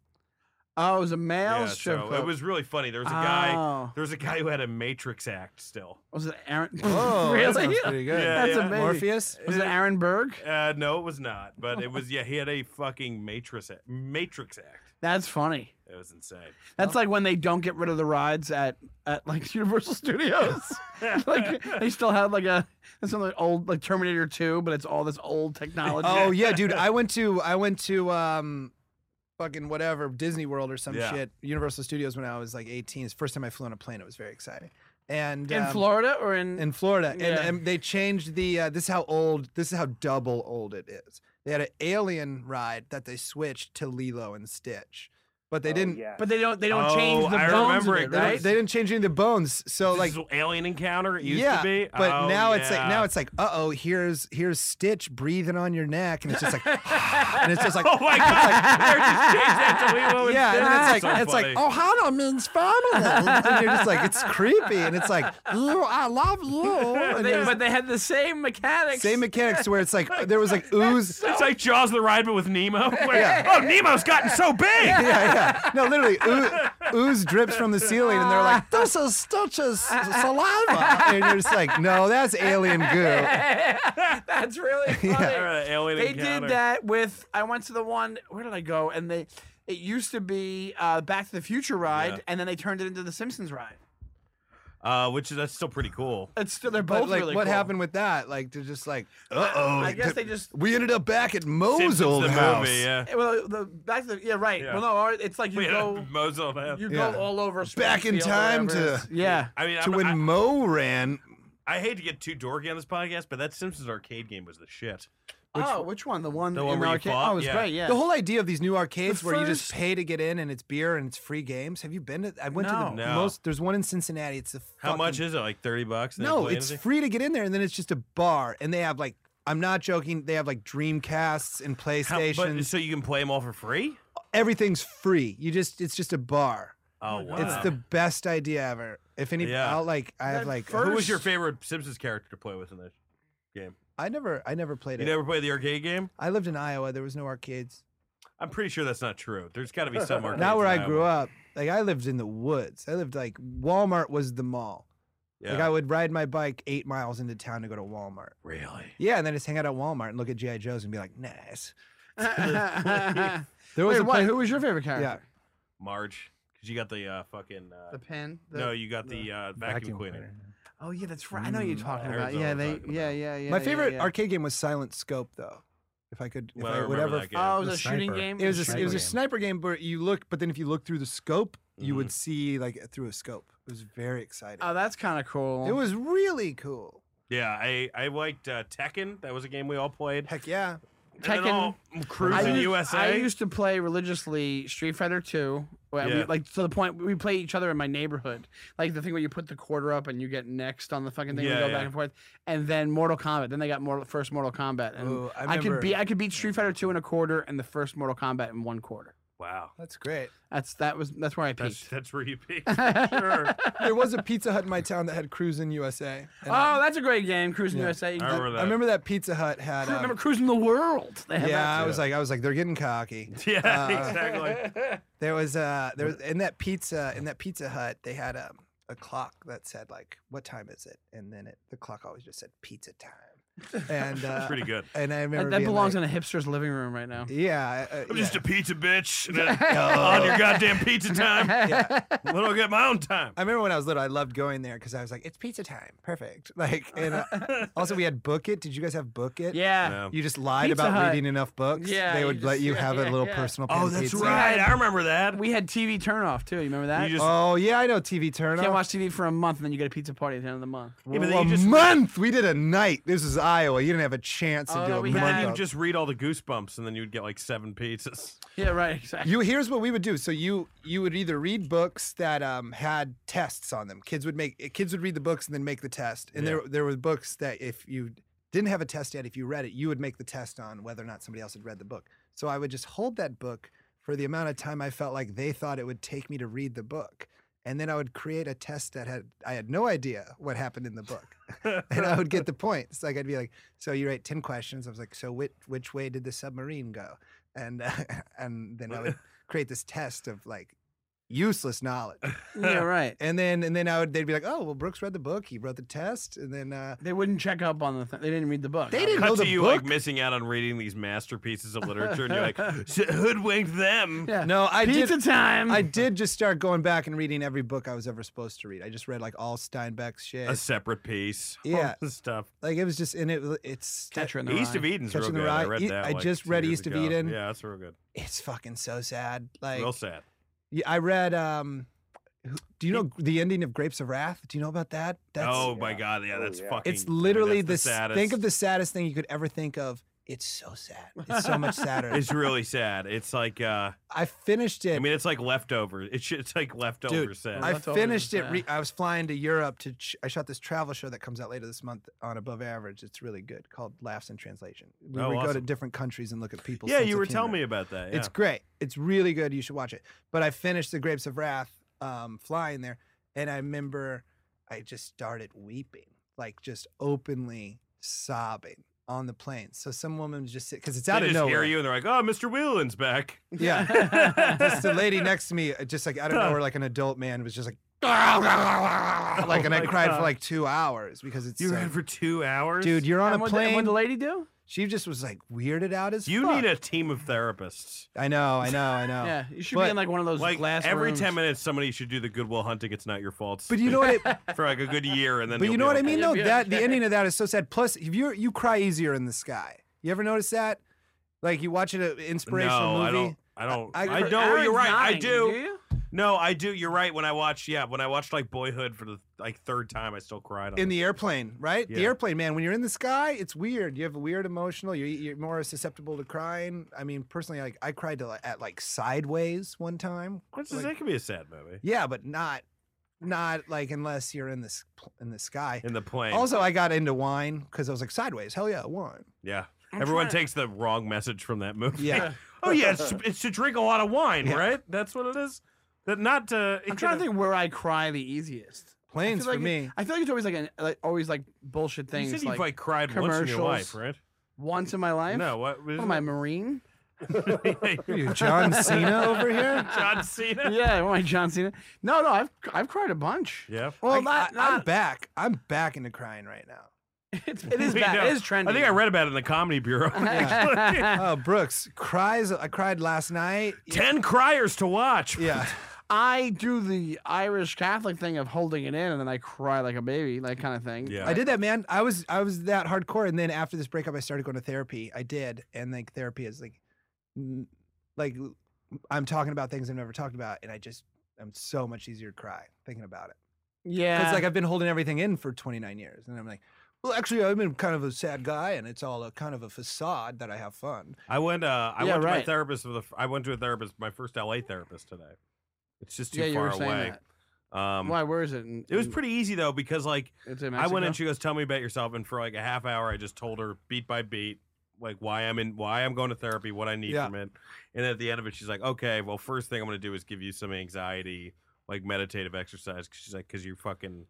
Oh, it was a male yeah, strip so club. it was really funny. There was a guy. Oh. There was a guy who had a Matrix act still. Was it Aaron? Oh, that really? sounds pretty good. Yeah, That's yeah. amazing. Morpheus. Was it Aaron Berg? Uh, no, it was not. But it was. Yeah, he had a fucking Matrix act, Matrix act. That's funny. It was insane. That's like when they don't get rid of the rides at, at like Universal Studios. like they still have like a it's some like old like Terminator 2, but it's all this old technology. Oh yeah. yeah, dude. I went to I went to um fucking whatever Disney World or some Yeah. shit, Universal Studios when I was like 18. It's the first time I flew on a plane. It was very exciting. And in um, Florida or in, in Florida, and, Yeah. and they changed the. Uh, this is how old. This is how double old it is. They had an alien ride that they switched to Lilo and Stitch, but they didn't. Yeah. but they don't they don't Oh, change the I bones remember of it, it, They, don't- right? they didn't change any of the bones. So This like is alien encounter. It used yeah, to be, but Oh, now it's like yeah. now it's like uh oh here's here's Stitch breathing on your neck and it's just like and it's just like Oh my god! They're just changed that to Lilo and yeah, and then it's like Stitch. Oh, so it's funny. like oh, Ohana means family, and you're just like it's creepy, and it's like you, I love you, and They- there's but they had the same mechanics. same mechanics where it's like there was like ooze. It's like Jaws the Ride, but with Nemo. Where, Yeah. Oh, Nemo's gotten so big. yeah, yeah. No, literally, ooze, ooze drips from the ceiling, and they're like, "This is Stitch's saliva," and you're just like, "No, that's alien goo." That's really funny. Alright, alien They encounter. did that with. I went to the one. Where did I go? And they. It used to be uh, Back to the Future ride, Yeah. and then they turned it into the Simpsons ride. Uh, which is that's still pretty cool. It's still they're both But like, really what cool. happened with that? Like, they're just like, "Uh oh." I guess they just. eh, We ended up back at Moe's Simpsons old the house. movie, yeah. Well, the back to the yeah right. Yeah. Well, no, or it's like you Wait, go Moe's old house. you Yeah. go all over Back Springfield or in time whatever to- it is. yeah. I mean, To I'm, when I, Moe ran, I hate to get too dorky on this podcast, but that Simpsons arcade game was the shit. oh, which one? The one The in one where you arcade? fought? Oh, it's Yeah. great. Yeah. The whole idea of these new arcades The where you just first- pay to get in and it's beer and it's free games. Have you been to? I went to the No. No. most. There's one in Cincinnati. It's a How much is it? Like thirty bucks? and they no, play it's anything? free to get in there, and then it's just a bar, and they have like. I'm not joking. They have like Dreamcasts and How- but- PlayStations. so you can play them all for free. Everything's free. You just it's just a bar. Oh wow! It's the best idea ever. If any, Yeah. I'll like I have That like Who was your first- favorite Simpsons character to play with in this game? I never I never played You it. never played the arcade game? I lived in Iowa. There was no arcades. I'm pretty sure that's not true. There's got to be some arcade. Not where I grew up. Like I lived in the woods. I lived like Walmart was the mall. Yeah. Like I would ride my bike eight miles into town to go to Walmart. really? Yeah, and then just hang out at Walmart and look at GI Joes and be like, nice. Wait, There was a what? place- Who was your favorite character? Yeah. Marge, because you got the uh, fucking. Uh, The pen. The, no, you got the, uh, vacuum, cleaner. Oh yeah, that's right. I know what you're talking Mm, about. Arizona Yeah, they. talking Yeah, about. yeah, yeah. my yeah, favorite yeah. arcade game was Silent Scope, though. If I could, if Well, I I remember would ever. that game. Oh, it was The a shooting sniper. game. It was a, Sniper it was a game. sniper game where you look, but then if you look through the scope, you would Mhm. see like through a scope. It was very exciting. Oh, that's kind of cool. it was really cool. Yeah, I I liked uh, Tekken. That was a game we all played. Heck yeah. And then all I cruising used, USA. I used to play religiously Street Fighter Two. Yeah. like to the point we play each other in my neighborhood. Like the thing where you put the quarter up and you get next on the fucking thing. Yeah, and we go yeah. back and forth. And then Mortal Kombat. Then they got Mortal first Mortal Kombat. And Ooh, I I, could remember- beat I could beat Street Fighter Two in a quarter and the first Mortal Kombat in one quarter. wow, That's great. That's that was that's where I that's peaked. that's where you peaked. sure. There was a Pizza Hut in my town that had Cruisin' USA. and I- Oh, that's a great game, Cruising USA. You I can- remember that. I remember that Pizza Hut had. Cru- um, remember Cruising the World. They had yeah, that I too. was like, I was like, they're getting cocky. Yeah, Uh, exactly. There was uh there was in that pizza in that Pizza Hut they had um a clock that said like what time is it and then it the clock always just said pizza time and uh, Pretty good. and I remember that, that being belongs like, in a hipster's living room right now. yeah uh, I'm yeah. just a pizza bitch. and then on your goddamn pizza time. yeah. When do I get my own time? I remember when I was little I loved going there because I was like it's pizza time perfect like and uh, also we had book it did you guys have book it Yeah. No. you just lied Pizza about Hut. reading enough books Yeah, they you would let just- you yeah, have yeah, a little yeah. personal pan Oh, that's pizza. right. I remember that. We had TV turnoff too. You remember that? You just- oh yeah I know TV turn Can't watch TV for a month, and then you get a pizza party at the end of the month. Yeah, but then a you just- month. We did a night. This is Iowa. You didn't have a chance to Oh, do no, a we month. had- you of- just read all the goosebumps, and then you'd get like seven pizzas. Yeah, right. Exactly. You here's what we would do. So you you would either read books that um had tests on them. Kids would make kids would read the books and then make the test. And Yeah. there there was books that if you didn't have a test yet, if you read it, you would make the test on whether or not somebody else had read the book. So I would just hold that book for the amount of time I felt like they thought it would take me to read the book. And then I would create a test that had I had no idea what happened in the book, and I would get the points. Like I'd be like, "So you write ten questions." I was like, "So which which way did the submarine go?" And uh, and then I would create this test of like useless knowledge. yeah, right. And then and then I would they'd be like, "Oh, well, Brooks read the book. He wrote the test." And then uh, They wouldn't check up on the thing. They didn't read the book. They didn't- know Cut to the you like book? missing out on reading these masterpieces of literature, and you're like, "S- hoodwinked them. Yeah. no, I Pizza did. time. I did just start going back and reading every book I was ever supposed to read. I just read like all Steinbeck shit. A separate piece. Eh, Yeah. stuff. like it was just and it it's Catcher in the East Rye. of Eden's real Catching the good. I Rye. read E- that. I like, just two read years East of ago. Eden. Yeah, that's real good. it's fucking so sad. Like real sad. yeah, I read um who- do you know the ending of Grapes of Wrath? Do you know about that? That's oh my yeah. god, yeah, Oh, that's yeah. fucking. it's literally I mean, that's the, the s- saddest. think of the saddest thing you could ever think of. It's so sad. It's so much sadder. It's really sad. It's like, uh I finished it. I mean, it's like leftover. It should, it's like leftover Dude, sad. I Left over finished was it. Re- I was flying to Europe to. Ch- I shot this travel show that comes out later this month on Above Average. It's really good, called Laughs in Translation. We, Oh, we go to awesome. different countries and look at people. yeah, you were telling me about that. Yeah. It's great. It's really good. You should watch it. But I finished The Grapes of Wrath um, flying there, and I remember I just started weeping, like just openly sobbing on the plane. So some woman was just because it's they out of just hear nowhere. you and they're like, "Oh, Mr. Whelan's back." Yeah. just the lady next to me, uh, just like I don't know, where like an adult man was just like, like, and I my cried Oh God. for like two hours because it's You so- ran for two hours, dude, you're on And a what plane. What the lady do? she just was like weirded out as You fuck. need a team of therapists. I know, I know, I know. Yeah, you should But, be in like one of those Oh. Like glass every rooms. ten minutes, somebody should do the Goodwill Hunting. It's not your fault. But you know what? It, for like a good year, and then. but you'll you be know what I okay. mean though. Yeah. That the ending of that is so sad. Plus, if you you cry easier in the sky. You ever notice that? Like you watch an inspirational no, movie. I don't. I don't. I- I, I- don't. Aaron's you're right. I nodding, do. you? No, I do. You're right. When I watched, yeah, when I watched like Boyhood for the like third time, I still cried. On in it. the airplane, right? The Yeah. airplane, man. When you're in the sky, it's weird. You have a weird emotional. You're, you're more susceptible to crying. I mean, personally, like I cried to, like, at like Sideways one time. What's this? like- that could be a sad movie. Yeah, but not, not like unless you're in this pl- in the sky. In the plane. Also, I got into wine because I was like Sideways. Hell yeah, wine. yeah. I'm Everyone trying- takes the wrong message from that movie. Yeah. oh yeah, it's, it's to drink a lot of wine, Yeah. right? That's what it is. That not to. I'm trying to think where I cry the easiest. I feel Planes like for it- me. I feel like it's always like an like always like bullshit You things. said you've like, like, cried once in your life, commercials. right? once in my life. No. What? What am I, Marine? What are you, John Cena over here? John Cena. yeah, what am I, John Cena? No, no, I've I've cried a bunch. Yeah. Well, I- not, I- I'm back. I'm back into crying right now. It's, it is We bad. know. It is trendy. I think I read about it in the Comedy Bureau. Oh, Brooks cries. I cried last night. Ten criers to watch. Yeah. I do the Irish Catholic thing of holding it in and then I cry like a baby, like kind of thing. Yeah. I did that, man. I was I was that hardcore, and then after this breakup, I started going to therapy. I did, and like therapy is like, n- like l- I'm talking about things I've never talked about, and I just I'm so much easier to cry thinking about it. Yeah. It's like I've been holding everything in for 29 years, and I'm like, well, actually, I've been kind of a sad guy, and it's all a kind of a facade that I have fun. I went. Uh, I Yeah, went to my right. therapist for the. f- I went to a therapist, my first LA therapist today. It's just too yeah, you far were saying away. Um, that. Why? Where is it? In, It was in- pretty easy though because like It's in I went Mexico? in, she goes, "Tell me about yourself," and for like a half hour, I just told her beat by beat like why I'm in, why I'm going to therapy, what I need Yeah. from it, and at the end of it, she's like, "Okay, well, first thing I'm going to do is give you some anxiety, like meditative exercise." 'cause she's like, "Cause you're fucking."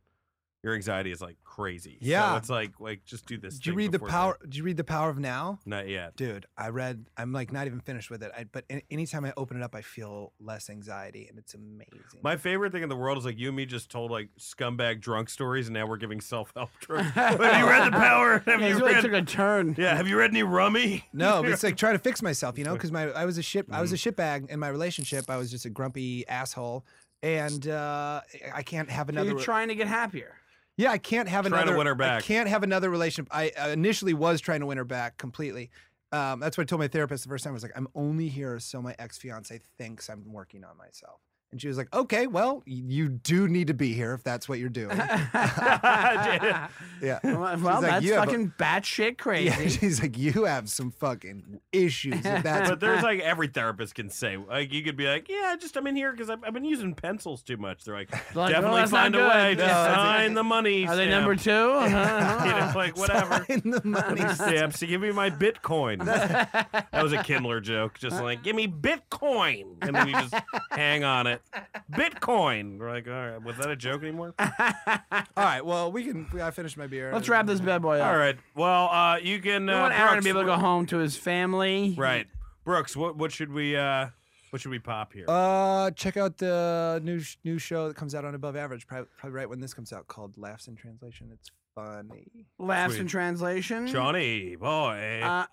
Your anxiety is like crazy. So Yeah. it's like like just do this. Did you thing read the before bed. power? Did you read the power of now? Not yet. dude i read i'm like not even finished with it I, but a- anytime i open it up i feel less anxiety and it's amazing My favorite thing in the world is like you and me just told like scumbag drunk stories, and now we're giving self help drugs. have you read the power? Have Yeah, it you really read? took a turn. yeah, have you read any rummy? no but it's like trying to fix myself you know because my i was a shit i was a Mm-hmm. shitbag in my relationship i was just a grumpy asshole and uh, I can't have You're another. trying to get happier. yeah, I can't have Trying to another. win her I back. can't have another relationship. I uh, initially was trying to win her back completely. Um, that's what I told my therapist the first time. I was like, I'm only here so my ex fiance thinks I'm working on myself, And she was like, okay, well, y- you do need to be here if that's what you're doing. Yeah. Yeah. Well, She's well, like, that's "You have a- fucking batshit crazy. Yeah, she's like, you have some fucking issues. If that's But there's like every therapist can say like you could be like yeah just I'm in here because I've, I've been using pencils too much. They're like They're like, "Well, definitely that's not find a good." way to Yeah. sign the money. Are they stamp." number two? Uh-huh. You know, like whatever. in the money. stamps to give me my Bitcoin. that was a Kindler joke. Just like, give me Bitcoin. And then you just hang on it. Bitcoin. We're like, all right, was that a joke anymore? All right, well, we can. I finished my beer. Let's wrap this bad boy up. All right. Well, uh, you can. We Uh, want Aaron to Brooks- be able to go home to his family. Right. Brooks, what, what should we uh, what should we pop Um, here? Uh, check out the new sh- new show that comes out on Above Average, probably, probably right when this comes out, called Laughs in Translation. It's funny. Laughs in Sweet. translation. Johnny, boy.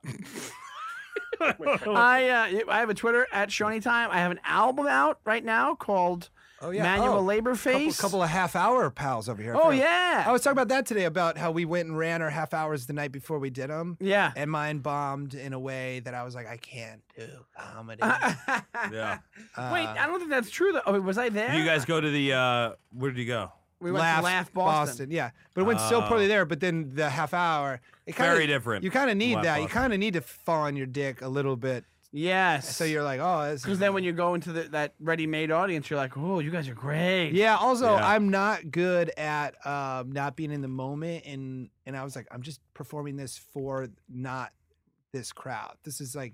Uh, I uh, I have a Twitter at Shoney Time. I have an album out right now called Oh yeah, Manual oh, Labor couple, Face. couple of half hour pals over here. I oh forgot. yeah. I was talking about that today about how we went and ran our half hours the night before we did them, yeah. and mine bombed in a way that I was like, I can't do comedy. Uh, yeah. Wait, I don't think that's true though. Oh, was I there? You guys go to the uh, where did you go? we went to Laugh Boston. Yeah, but it went so Oh. poorly there. But then the half hour, it kinda, Very different You kind of need Laugh that. You Boston. kind of need to fall on your dick a little bit, Yes. so you're like, oh, this because is then when you go into the, that ready-made audience, you're like, oh, you guys are great. Yeah. Also, Yeah. I'm not good at um, not being in the moment, and and I was like, I'm just performing this for not this crowd. This is like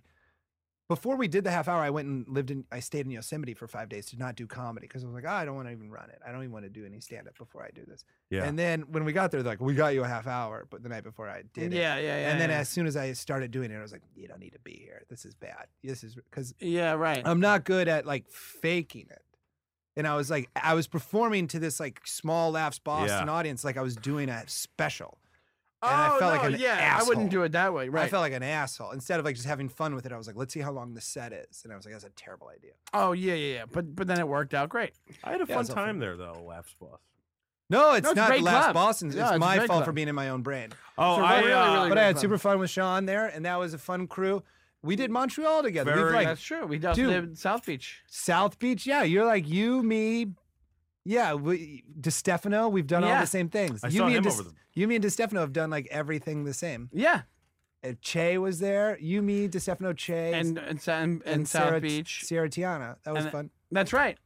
before we did the half hour. I went and lived in, I stayed in Yosemite for five days to not do comedy because I was like, oh, I don't want to even run it. I don't even want to do any stand up before I do this. Yeah. And then when we got there, they're like, we got you a half hour, but the night before I Yeah, did it. yeah, yeah. And then yeah. as soon as I started doing it, I was like, you don't need to be here. This is bad. This is because yeah, right. I'm not good at like faking it. And I was like, I was performing to this like small laughs Boston Yeah. audience, like I was doing a special. oh and I felt no, like an yeah, I asshole. wouldn't do it that way. Right. I felt like an asshole. Instead of like just having fun with it, I was like, let's see how long the set is. And I was like, that's a terrible idea. oh yeah, yeah, yeah. But but then it worked out great. I had a Yeah, fun it's all fun. time there though, Laughs Boss. No, it's No, it's a not great laughs club. Boston. It's Yeah, it's a my great fault for club. being in my own brand. Oh, It's a I really, uh, really But I great had club. super fun with Sean there, and that was a fun crew. We did Montreal together. We've Very- like That's true. We also dude. did South Beach. South Beach. Yeah, you're like you, me. Yeah, we, DeStefano. We've done all Yeah. the same things. I you, saw me, him and over the- you, me, and DeStefano have done like everything the same. Yeah, If Che was there, you, me, DeStefano, Che, and and Sa- and, and South Sarah, Beach. Sierra Tiana. That was And- fun. That's right.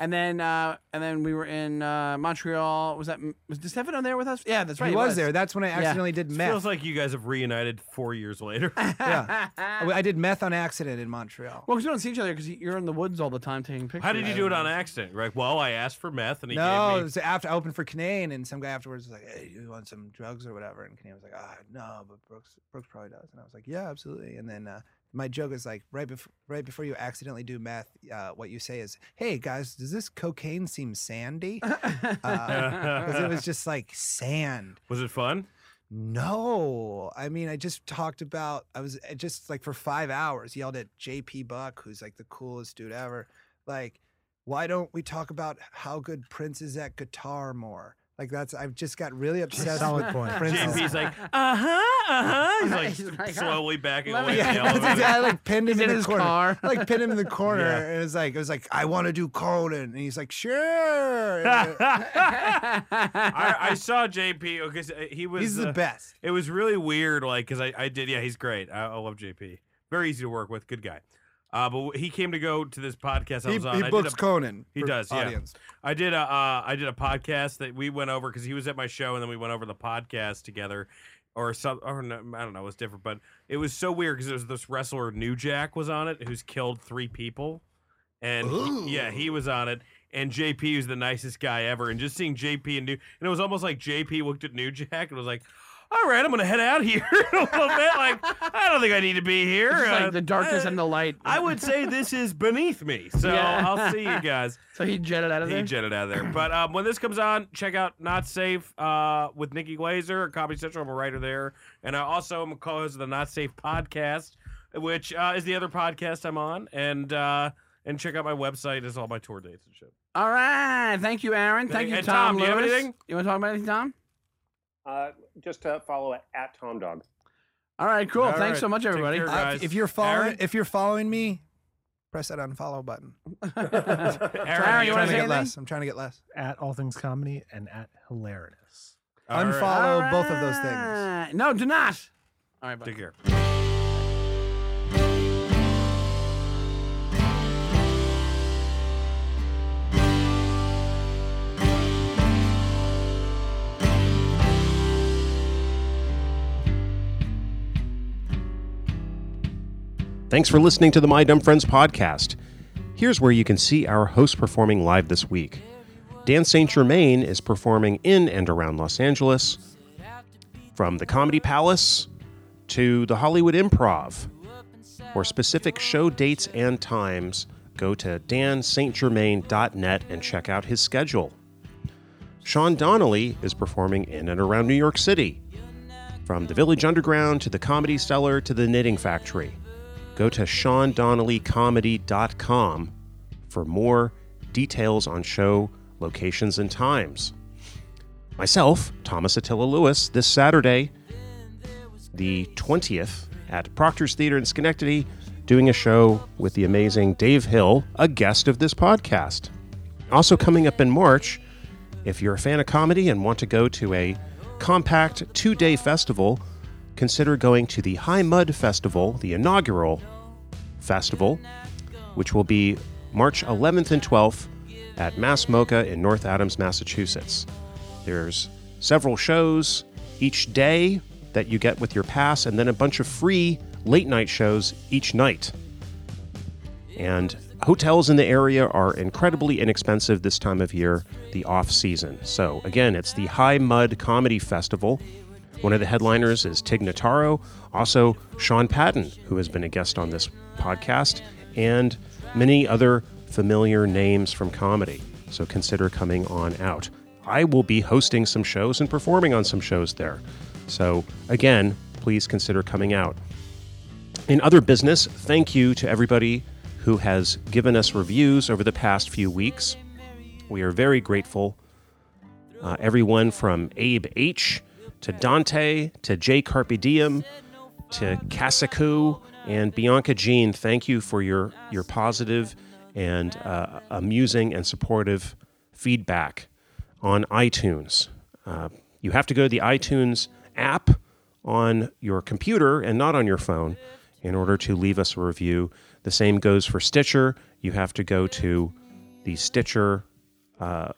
And then uh, and then we were in uh, Montreal. Was that was De Stefano there with us? Yeah, that's right. he was, there. That's when I accidentally did meth. Feels like you guys have reunited four years later. yeah, I I did meth on accident in Montreal. Well, because we don't see each other because you're in the woods all the time taking pictures. How did you do it on accident? Right. Well, I asked for meth, and he no, gave it me. was after I opened for Canaan, and some guy afterwards was like, "Hey, you want some drugs or whatever?" And Canaan was like, "Ah, no, but Brooks, Brooks probably does." And I was like, "Yeah, absolutely." And then uh, my joke is like, right before, right before you accidentally do meth, uh, what you say is, "Hey guys, does this cocaine seem sandy?" Because Uh, it was just like sand. Was it fun? No, I mean, I just talked about, I was I just like for five hours yelled at JP Buck, who's like the coolest dude ever. Like, why don't we talk about how good Prince is at guitar more? Like, that's, I've just got really obsessed Solid with point. Prince. JP's like, uh huh, uh huh. He's like, He's like, "Huh." slowly backing Let me- away. Yeah, Yeah, Yeah, the elevator. that's exactly- I like pinned him He's in, in the his corner. car. I, like pinned him in the corner, Yeah. and it's like it was like I want to do Conan, and he's like sure. I, I saw JP because he was. he's the uh, best. It was really weird, like because I, I did. Yeah, he's great. I, I love JP. Very easy to work with. Good guy. Uh, but he came to go to this podcast I He, was on. he I did books a- Conan. He for does, yeah. Audience. I did a uh, I did a podcast that we went over because he was at my show and then we went over the podcast together, or some or no, I don't know, it was different, but it was so weird because there was this wrestler New Jack was on it who's killed three people, and he- yeah, he was on it. And JP was the nicest guy ever, and just seeing JP and New, and it was almost like JP looked at New Jack and was like, "All right, I'm gonna head out here in a little bit. Like, I don't think I need to be here. It's Uh, like the darkness I- and the light. I would say this is beneath me, so Yeah. I'll see you guys." so he jetted out of He there. jetted out of there. But um, when this comes on, check out Not Safe uh, with Nikki Glazer at Comedy Central. I'm a writer there. And I also am a co host of the Not Safe podcast, which uh, is the other podcast I'm on. And uh, and check out my website, it's all my tour dates and shit. all right. Thank you, Aaron. Thank Hey, you, hey, Tom, Tom. do you have Lewis. anything? You want to talk about anything, Tom? Uh, just to follow it at Tom Dog. All right. Cool. All Thanks right. so much, Take everybody. care. Uh, guys. if you're following, Aaron? if you're following me, Press that unfollow button. Aaron, you I'm wanna trying to say get anything? less. I'm trying to get less. at All Things Comedy and at Hilarious. All right. Unfollow both of those things. Alright. No, do not. All right, bye. Take care. Thanks for listening to the My Dumb Friends podcast. Here's where you can see our hosts performing live this week. Dan St. Germain is performing in and around Los Angeles, from the Comedy Palace to the Hollywood Improv. For specific show dates and times, go to danstgermain.net and check out his schedule. Sean Donnelly is performing in and around New York City, from the Village Underground to the Comedy Cellar to the Knitting Factory go to seandonnellycomedy.com for more details on show locations and times. Myself, Thomas Attila Lewis, this Saturday, the 20th, at Proctor's Theater in Schenectady, doing a show with the amazing Dave Hill, a guest of this podcast. Also, coming up in March, if you're a fan of comedy and want to go to a compact two day festival, consider going to the High Mud Festival, the inaugural festival, which will be March 11th and 12th at Mass Mocha in North Adams, Massachusetts. There's several shows each day that you get with your pass, and then a bunch of free late night shows each night. And hotels in the area are incredibly inexpensive this time of year, the off season. So, again, it's the High Mud Comedy Festival. One of the headliners is Tig Notaro, also Sean Patton, who has been a guest on this podcast, and many other familiar names from comedy. So consider coming on out. I will be hosting some shows and performing on some shows there. So, again, please consider coming out. In other business, thank you to everybody who has given us reviews over the past few weeks. We are very grateful. Uh, everyone from Abe H to Dante to Jay Carpe Diem to Kasaku and Bianca Jean. Thank you for your your positive and uh, amusing and supportive feedback on iTunes. Uh, you have to go to the iTunes app on your computer and not on your phone in order to leave us a review. The same goes for Stitcher. You have to go to the Stitcher uh,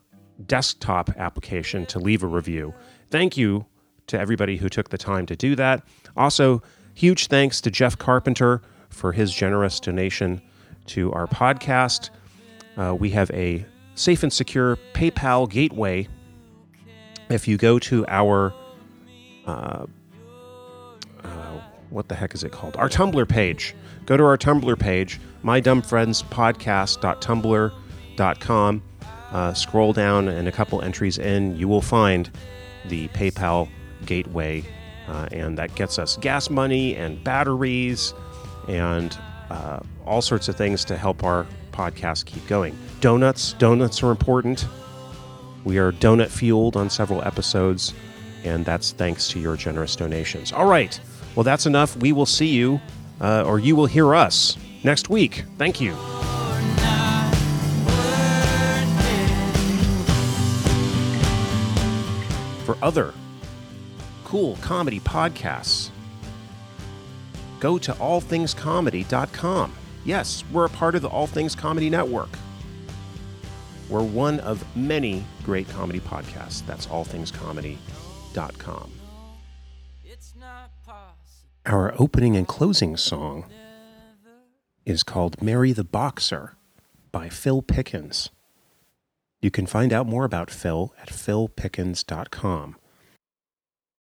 desktop application to leave a review. Thank you to everybody who took the time to do that. Also, huge thanks to Jeff Carpenter for his generous donation to our podcast. Uh, we have a safe and secure PayPal gateway. If you go to our uh, what the heck is it called? Our Tumblr page. Go to our Tumblr page, mydumbfriendspodcast.tumblr.com. Uh, scroll down and a couple entries in, you will find the PayPal gateway, uh, and that gets us gas money and batteries and uh, all sorts of things to help our podcast keep going. Donuts, donuts are important. We are donut fueled on several episodes, and that's thanks to your generous donations. All right. Well, that's enough. We will see you, uh, or you will hear us next week. Thank you. For other cool comedy podcasts, go to allthingscomedy.com. Yes, we're a part of the All Things Comedy Network. We're one of many great comedy podcasts. That's allthingscomedy.com. Our opening and closing song is called Mary the Boxer by Phil Pickens. You can find out more about Phil at philpickens.com.